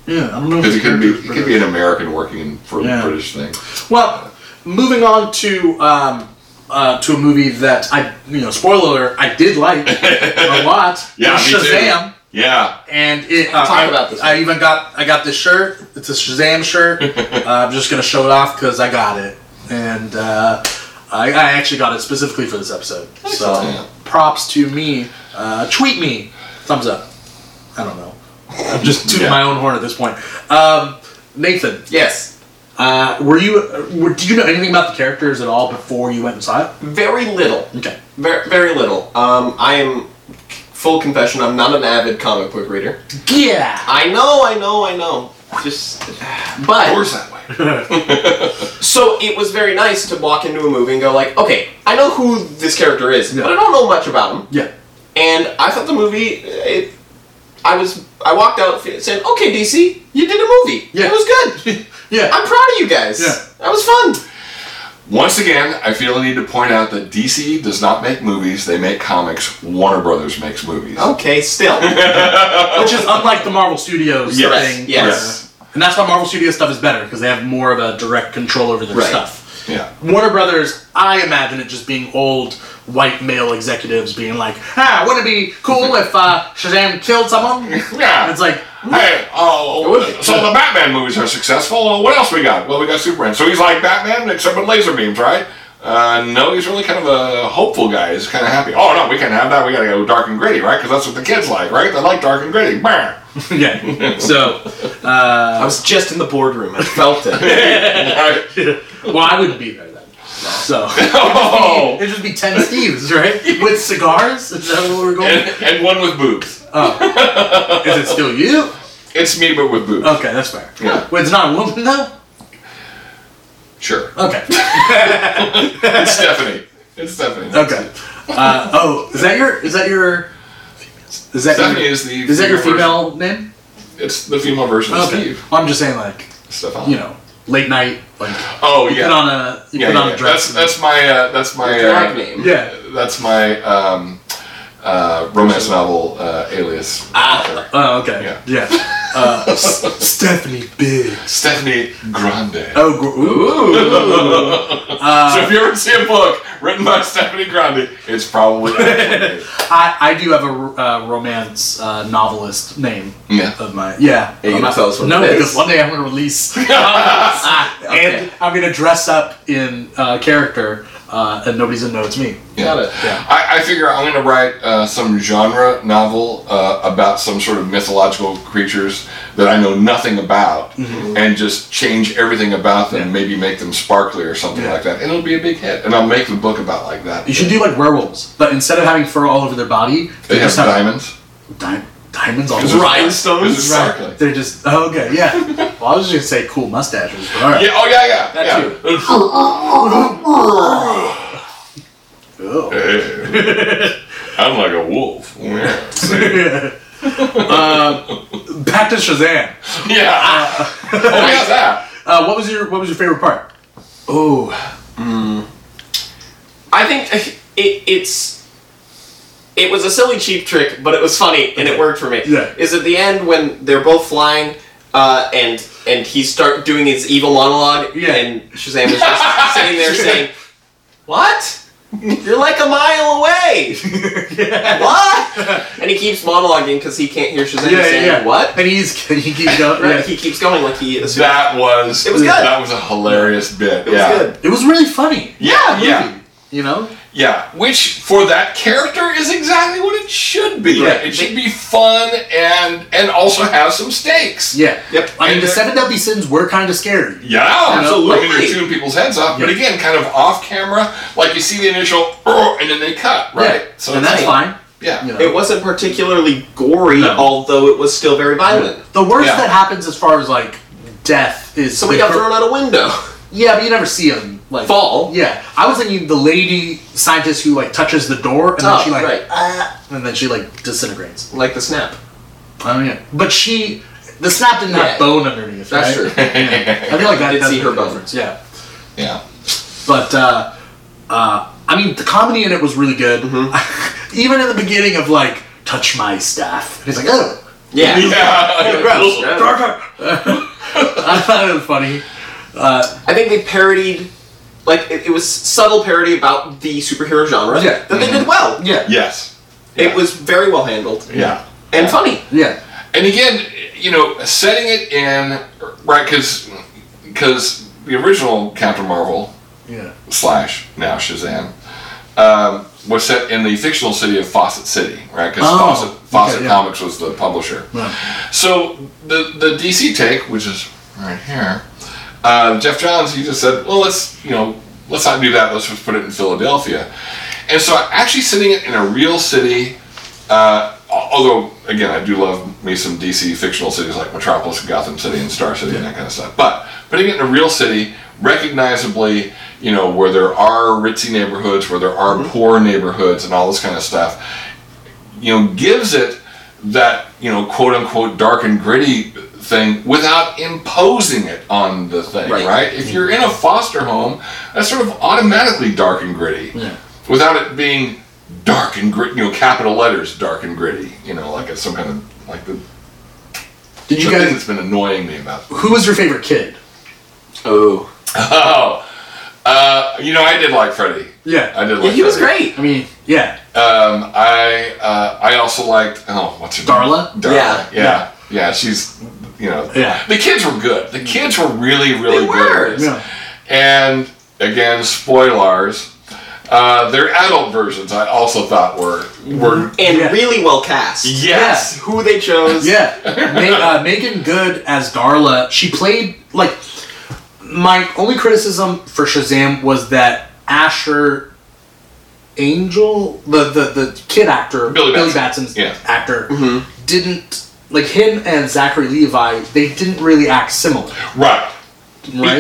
Yeah, I don't know. if because he the could be character's he could be an American working for Yeah. a British thing. Well, moving on to um, uh, to a movie that I, you know, spoiler alert, I did like a lot. Yeah, me too. Shazam. Yeah, And it, uh, talked I, about this. I even got I got this shirt. It's a Shazam shirt. uh, I'm just gonna show it off because I got it, and uh, I, I actually got it specifically for this episode. So Excellent. props to me. Uh, tweet me, thumbs up. I don't know. I'm just tooting Yeah. my own horn at this point. Um, Nathan, Yes. uh, were you? uh, Were, did you know anything about the characters at all before you went and saw it? Very little. Okay. Very, very little. Um, I am full confession. I'm not an avid comic book reader. Yeah. I know, I know, I know. Just, of but course that way. so it was very nice to walk into a movie and go like, okay, I know who this character is, Yeah. but I don't know much about him. Yeah. And I thought the movie, it, I was, I walked out fe- saying, okay, DC, you did a movie. Yeah. It was good. Yeah. I'm proud of you guys. Yeah. That was fun. Once again, I feel I need to point out that DC does not make movies; they make comics. Warner Brothers makes movies. Okay, still. Which is unlike the Marvel Studios Yes. thing. Yes. Uh, and that's why Marvel Studios stuff is better because they have more of a direct control over their Right. stuff. Yeah. Warner Brothers, I imagine it just being old white male executives being like, ah, wouldn't it be cool if uh, Shazam killed someone? Yeah. And it's like, Hey, oh, so the Batman movies are successful. Uh, What else we got? Well, we got Superman. So he's like Batman, except with laser beams, right? Uh, no, he's really kind of a hopeful guy. He's kind of happy. Oh no, we can't have that. We gotta go dark and gritty, right? Because that's what the kids like, right? They like dark and gritty. Bah. yeah. So, I was just in the boardroom. I felt it. Right? well, I wouldn't be there then. So, Oh, it'd just be 10 Steves, right? With cigars? Is that where we're going? and, and one with boobs. Is it still you? It's me, but with boobs. Okay, that's fair. Yeah. Wait, it's not a woman though? Sure. Okay. It's Stephanie. It's Stephanie. Okay. Uh, oh, is that your? Is that your? Is that Stephanie your, is the. is that your version- female name? It's the female version of Okay. Steve. Well, I'm just saying, like Stefan. you know, late night, like Oh you yeah. put on a you yeah, put yeah, on yeah. a dress. That's that's my uh, that's my Drag uh, name. yeah. That's my um, uh, romance novel uh, alias. author. Oh, okay. Yeah. Yeah. Uh, S- Stephanie Biggs. Stephanie Grande. Oh, gr- ooh. Uh, so if you ever see a book written by Stephanie Grande, it's probably actually me. I, I do have a r- uh, romance uh, novelist name yeah. of my yeah. you Of gonna my- tell us what no, it is? because one day I'm gonna release. ah, okay. And I'm gonna dress up in uh, character, uh, and nobody's gonna know it's me. Got Yeah. it. Yeah. I, I figure I'm gonna write uh, some genre novel uh, about some sort of mythological creatures that I know nothing about, Mm-hmm. and just change everything about them. Maybe make them sparkly or something Yeah. like that, and it'll be a big hit. And I'll make the book about like that. You should do like werewolves, but instead of having fur all over their body, They have just diamonds. di- diamonds all Because over. Rhinestones? Because it's sparkly. They're just oh, okay, yeah. well, I was just gonna say cool mustaches, but all right. Yeah. Oh yeah, yeah. That yeah. too. Oh. Hey. I'm like a wolf. Yeah. see? uh, back to Shazam. yeah. oh, yeah, that. Uh, what was your What was your favorite part? Oh. I think it, it's. It was a silly cheap trick, but it was funny and it worked for me. Yeah. Is at the end when they're both flying, uh, and and he start doing his evil monologue, Yeah. and Shazam is just sitting there saying, "What? You're like a mile away. What?" And he keeps monologuing because he can't hear Shazam Yeah, yeah, saying yeah. what. And he's he keeps going. Right? yeah. He keeps going like he assumes. That was. It was good. That was a hilarious bit. it was yeah. good. It was really funny. Yeah, yeah. movie, You know. Yeah, which for that character is exactly what it should be. Right. It should be fun and and also have some stakes. Yeah. Yep. I mean, And the the- seven deadly sins were kind of scary. Yeah, Absolutely. I mean, they're chewing people's heads off, but Yeah. again, kind of off camera. Like you see the initial, "Oh," and then they cut, right? Yeah. and it's that's like- fine. Yeah, You know. It wasn't particularly gory, No. although it was still very violent. The worst Yeah. that happens as far as like death is Somebody the got fir- thrown out a window. Yeah, but you never see him like Fall. Yeah, I was thinking the lady scientist who like touches the door and Oh, then she like right. Ah, and then she like disintegrates. like the snap. Oh yeah, but she the snap didn't Yeah. have bone underneath. That's right? true. I feel like that I did does see make her a bone. difference, Yeah, yeah. but uh, uh, I mean the comedy in it was really good. Even in the beginning of like touch my staff, he's like oh. Yeah. Yeah. Gross. Yeah. I thought it was funny. I think they parodied, like, it, it was subtle parody about the superhero genre Yeah. Mm-hmm. that they did well. Yeah, Yes. It was very well handled. Yeah. And funny. yeah, and again, you know, setting it in right because because the original Captain Marvel yeah. slash now Shazam um, was set in the fictional city of Fawcett City, right? Because Oh, Fawcett, okay, Fawcett yeah. Comics was the publisher. So the the DC take, which is right here, uh, Jeff Johns, he just said, well, let's you know, let's not do that. Let's just put it in Philadelphia. And so actually sitting it in a real city. Uh, al- although again, I do love me some DC fictional cities like Metropolis, and Gotham City, and Star City, and that kind of stuff. But putting it in a real city, recognizably, you know, where there are ritzy neighborhoods, where there are poor neighborhoods, and all this kind of stuff, you know, gives it that you know, quote unquote, dark and gritty thing without imposing it on the thing, Right. right? If you're in a foster home, that's sort of automatically dark and gritty Yeah. without it being dark and gritty, you know, capital letters, dark and gritty, you know, like it's some kind of like the, Did you the thing guys? that's been annoying me about. Who was your favorite kid? Oh. Oh, uh, you know, I did like Freddy. Yeah, I did like. Yeah, he was Freddy. great. I mean, yeah, Um, I uh, I also liked. Oh, what's her Darla? name? Darla. Yeah. Yeah. yeah, She's, you know, Yeah. The kids were good. The kids were really, really They good. were. at this. yeah. And again, spoilers. Uh, their adult versions, I also thought were were And Yeah. really well cast. yes, Who they chose. Yeah, Ma- uh, Megan Good as Darla. She played like my only criticism for Shazam was that Asher Angel, the the, the kid actor, Billy Batson. Batson's Yeah. Mm-hmm. actor, didn't like him and Zachary Levi. They didn't really act similar, right. right?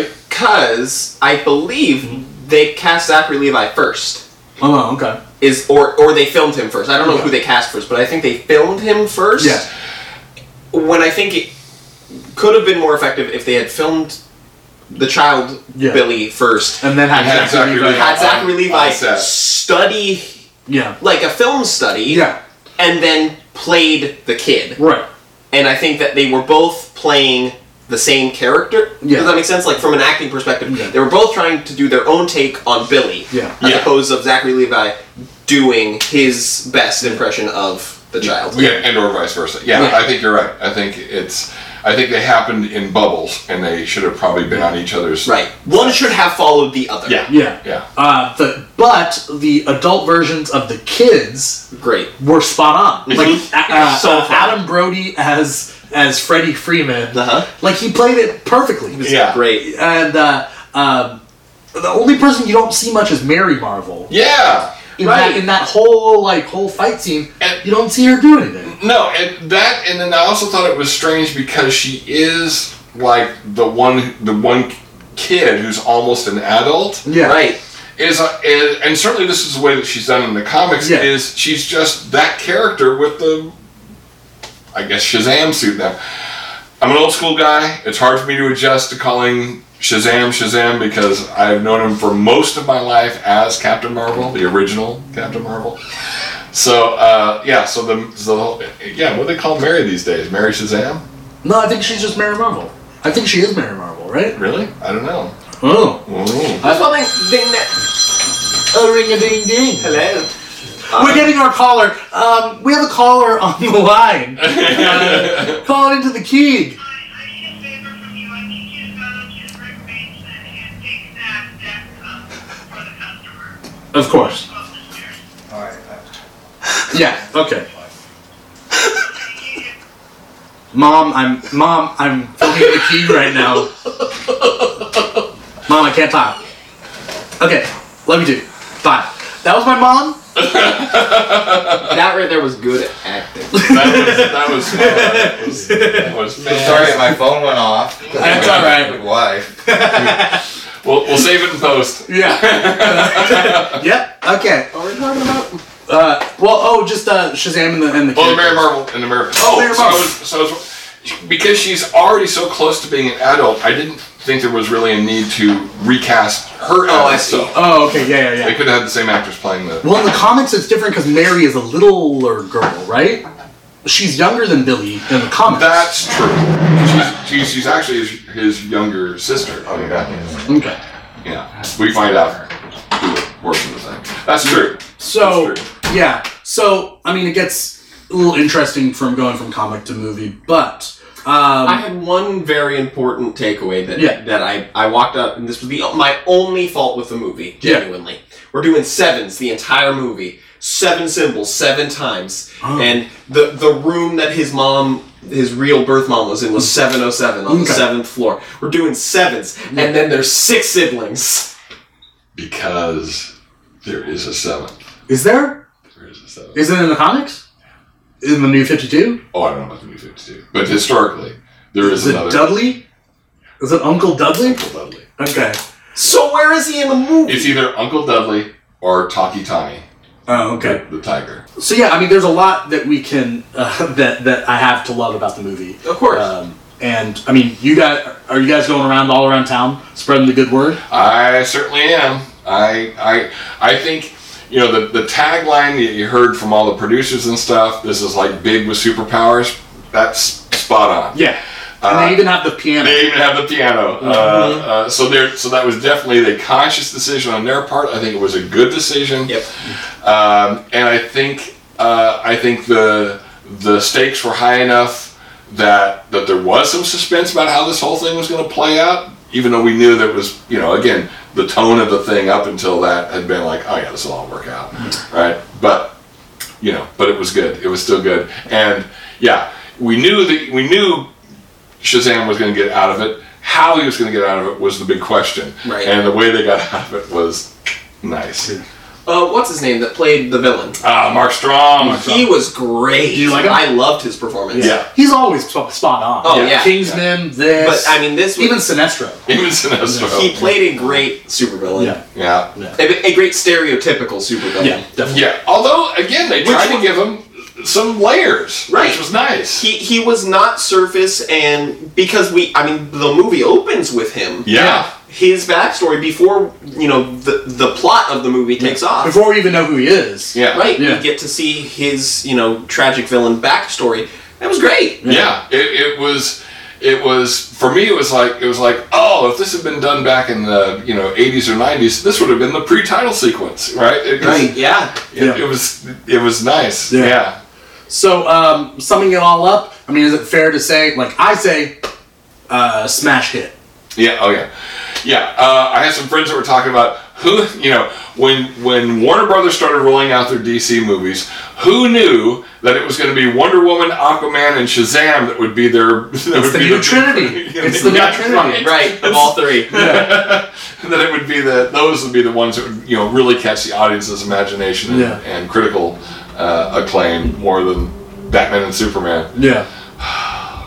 Mm-hmm. Because I believe they cast Zachary Levi first. Oh, okay. Is or or they filmed him first. I don't know who they cast first, but I think they filmed him first. Yeah, when I think it could have been more effective if they had filmed the child Yeah. Billy first, and then had, Had Zachary Zachary Levi. Levi. had Zachary On- Levi on set. study Yeah, like a film study, yeah, and then played the kid. right. And I think that they were both playing the same character. Yeah. Does that make sense? Like from an acting perspective, Yeah. they were both trying to do their own take on Billy, Yeah. as Yeah. opposed of Zachary Levi doing his best impression of the child. Yeah, and or vice versa. Yeah, Yeah. I think you're right. I think it's, I think they happened in bubbles, and they should have probably been on each other's. Right. One should have followed the other. Yeah. Yeah. Yeah. Uh, the, but the adult versions of the kids Great. were spot on. Like Mhm. uh, uh, So uh, fun. Adam Brody as as Freddie Freeman, Uh-huh. like he played it perfectly. Yeah. Great. And uh, um, the only person you don't see much is Mary Marvel. Yeah. In Right. that in that whole like whole fight scene, And- you don't see her do anything. No, and that, and then I also thought it was strange because she is like the one, the one kid who's almost an adult, Yeah. Right. is, uh, is and certainly this is the way that she's done in the comics Yeah. is she's just that character with the I guess Shazam suit now. I'm an old school guy. It's hard for me to adjust to calling Shazam Shazam because I've known him for most of my life as Captain Marvel, the original Captain Marvel. So uh, yeah, so the, so the whole- yeah, what do they call Mary these days? Mary Shazam? No, I think she's just Mary Marvel. I think she is Mary Marvel, right? Really? I don't know. Oh. Ooh. That's why they- they ne- A ring a ding ding. Hello. We're getting our caller. Um, we have a caller on the line. Uh, call into the Keeg. Of course. Yeah. Okay. Mom, I'm mom, I'm filming the key right now. Mom, I can't talk. Okay, love you too. Bye. That was my mom. That right there was good acting. That was that was, uh, that was, Sorry, my phone went off. That's all right. Good wife. We'll, we'll save it in post. Yeah. yep. Okay. What are we talking about? Uh, well, oh, just uh, Shazam and the and the. Well, the Mary characters. Marvel and the Mary. Oh, Mary so, I Marvel. was, so I was- because she's already so close to being an adult, I didn't think there was really a need to recast her. Oh, I as see. herself. Oh, okay. Yeah, yeah, They yeah. could have had the same actress playing the. Well, in the comics, it's different because Mary is a littler girl, right? She's younger than Billy in the comics. That's true. She's, she's, she's actually his, his younger sister. Oh yeah. okay. Yeah. We find out who works in the thing. That's true. So That's true. yeah, so I mean, it gets a little interesting from going from comic to movie, but um, I had one very important takeaway that Yeah. that I, I walked up and this was the my only fault with the movie Yeah. genuinely. We're doing sevens the entire movie, seven symbols seven times, Oh. and the the room that his mom his real birth mom was in was seven oh seven on Mm. the Okay. seventh floor. We're doing sevens, and then there's six siblings. Because there is a seventh. is there? There is a seventh. Is it in the comics? In the New Fifty Two? Oh, I don't know about the new 52. But historically, there is, Is it another. Dudley? Is it Uncle Dudley? Uncle Dudley. Okay. So where is he in the movie? It's either Uncle Dudley or Taki Tani, Oh, okay. the tiger. So yeah, I mean, there's a lot that we can uh, that that I have to love about the movie. Of course. Um, and I mean, you guys are you guys going around all around town spreading the good word? I certainly am. I I I think you know the the tagline that you heard from all the producers and stuff. This is like big with superpowers. That's spot on. Yeah. And Uh, they even have the piano. They even have the piano. Uh, uh, so there, so that was definitely a conscious decision on their part. I think it was a good decision. Yep. Um, and I think uh, I think the the stakes were high enough that that there was some suspense about how this whole thing was going to play out, even though we knew that it was you know again the tone of the thing up until that had been like oh yeah this will all work out right but you know but it was good it was still good and yeah we knew that we knew Shazam was going to get out of it how he was going to get out of it was the big question Right. and the way they got out of it was nice. Uh, what's his name that played the villain? Ah, Mark Strong. He was great. You like him? I loved his performance. Yeah. He's always sp- spot on. Oh, yeah. Kingsman, this. But I mean, this was, even Sinestro. Even Sinestro. he played a great supervillain. Oh. Yeah. yeah. A, a great stereotypical supervillain. Yeah, definitely. Yeah. Although, again, they Which tried to one- give him some layers, Right. which was nice. He he was not surface, and because we, I mean, the movie opens with him. yeah. His backstory before you know the the plot of the movie takes off. Before we even know who he is. Yeah. right, Yeah. we get to see his you know tragic villain backstory. That was great. Yeah. It, it was. It was for me. It was like it was like oh, if this had been done back in the you know 80s or 90s, this would have been the pre-title sequence, right? It, Right. Yeah. It, Yeah. it was. It was nice. Yeah. Yeah. So, um, summing it all up, I mean, is it fair to say, like I say, uh, smash hit? Yeah. Oh yeah. Yeah. Uh, I had some friends that were talking about who you know when when Warner Brothers started rolling out their DC movies, who knew that it was going to be Wonder Woman, Aquaman, and Shazam that would be their that would the be new their- Trinity. It's the new Yeah, Trinity. right, right. Right. Of all three. that it would be the those would be the ones that would you know really catch the audience's imagination and, Yeah. and critical uh, acclaim more than Batman and Superman. Yeah.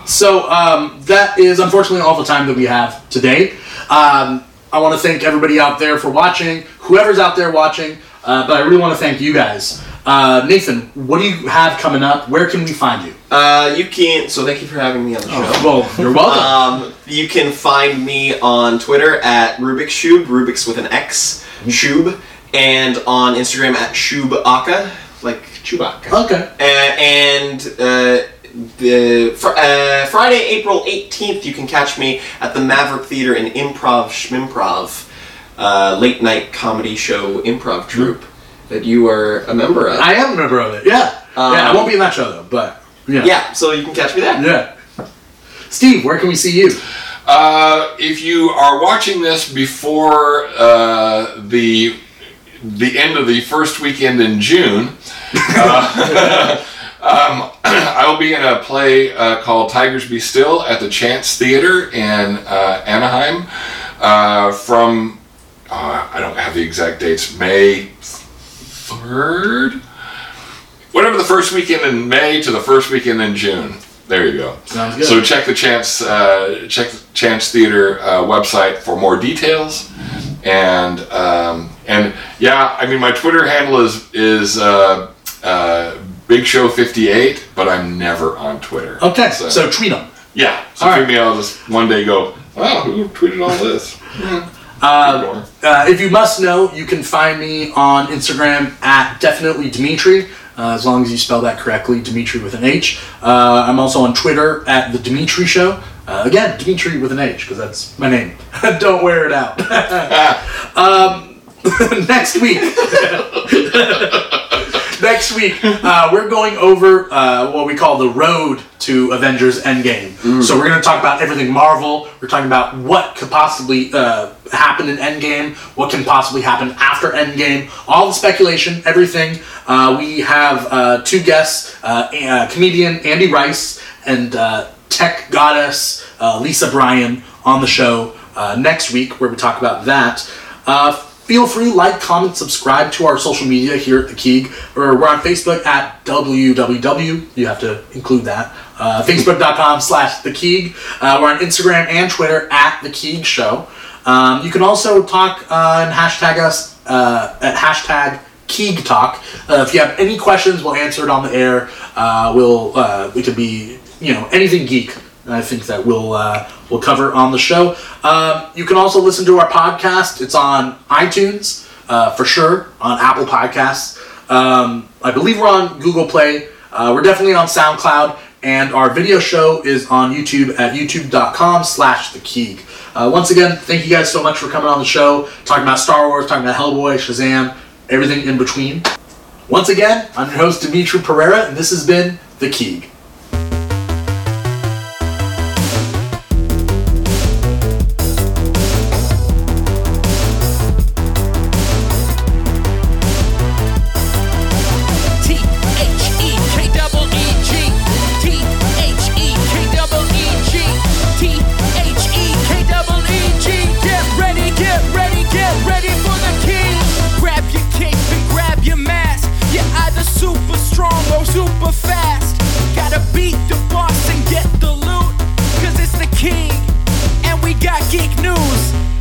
So um, that is unfortunately all the time that we have today. Um, I want to thank everybody out there for watching. whoever's out there watching. Uh, but I really want to thank you guys. Uh, Nathan, what do you have coming up? Where can we find you? Uh, you can. So thank you for having me on the show. Well, you're welcome. Um, you can find me on Twitter at Rubik's Shub, Rubik's with an X, Shub, and on Instagram at Shubaka, like Chewbacca. okay. Uh, and uh, the fr- uh, Friday, April 18th, you can catch me at the Maverick Theater in Improv Schmimprov, uh, late night comedy show improv troupe that you are a member of. I am a member of it. Yeah. Um, yeah. I won't be in that show though, but uh, yeah. yeah, so you can catch me there. Yeah. Steve, where can we see you? Uh, if you are watching this before uh, the the end of the first weekend in June, uh, um, I will be in a play uh, called Tigers Be Still at the Chance Theater in uh, Anaheim uh, from uh, I don't have the exact dates May third, whatever the first weekend in May to the first weekend in June. There you go. Sounds good. So check the Chance uh, check the Chance Theater uh, website for more details. And um, and yeah, I mean my Twitter handle is is uh, uh, Big Show fifty eight, but I'm never on Twitter. Okay. So, tweet them. yeah, so all for right. me, I'll just one day go. Wow, who tweeted all this? Hmm. Uh, uh, if you must know, you can find me on Instagram at definitely Dimitri. Uh, as long as you spell that correctly, Dimitri with an H. Uh, I'm also on Twitter at the Dimitri Show. Uh, again, Dimitri with an H because that's my name. Don't wear it out. Um, next week. next week, uh, we're going over uh, what we call the road to Avengers Endgame. So we're going to talk about everything Marvel. We're talking about what could possibly uh, happen in Endgame, what can possibly happen after Endgame, all the speculation, everything. Uh, we have uh, two guests, uh, a- uh, comedian Andy Rice and uh, tech goddess uh, Lisa Bryan on the show uh, next week, where we talk about that. Uh, feel free, like, comment, subscribe to our social media here at the Keeg, or we're on Facebook at www. You have to include that. Uh, Facebook.com slash the Keeg. Uh, we're on Instagram and Twitter at the Keeg Show. Um, you can also talk uh, and hashtag us uh, at hashtag Keeg Talk. Uh, if you have any questions, we'll answer it on the air. Uh, we'll uh, it could be you know anything geek. I think that we'll uh, we'll cover on the show. Um, you can also listen to our podcast. It's on iTunes uh, for sure, on Apple Podcasts. Um, I believe we're on Google Play. Uh, we're definitely on SoundCloud, and our video show is on YouTube at youtube.com/slash the Keeg. Uh, once again, thank you guys so much for coming on the show, talking about Star Wars, talking about Hellboy, Shazam, everything in between. Once again, I'm your host Dimitri Pereira, and this has been the Keeg. T H E K double E G. T H E K double E G. T H E K double E G. Get ready, get ready, get ready for the king. Grab your cape and grab your mask. You're either super strong or super fast. Gotta beat the boss and get the loot. Cause it's the king. And we got geek news.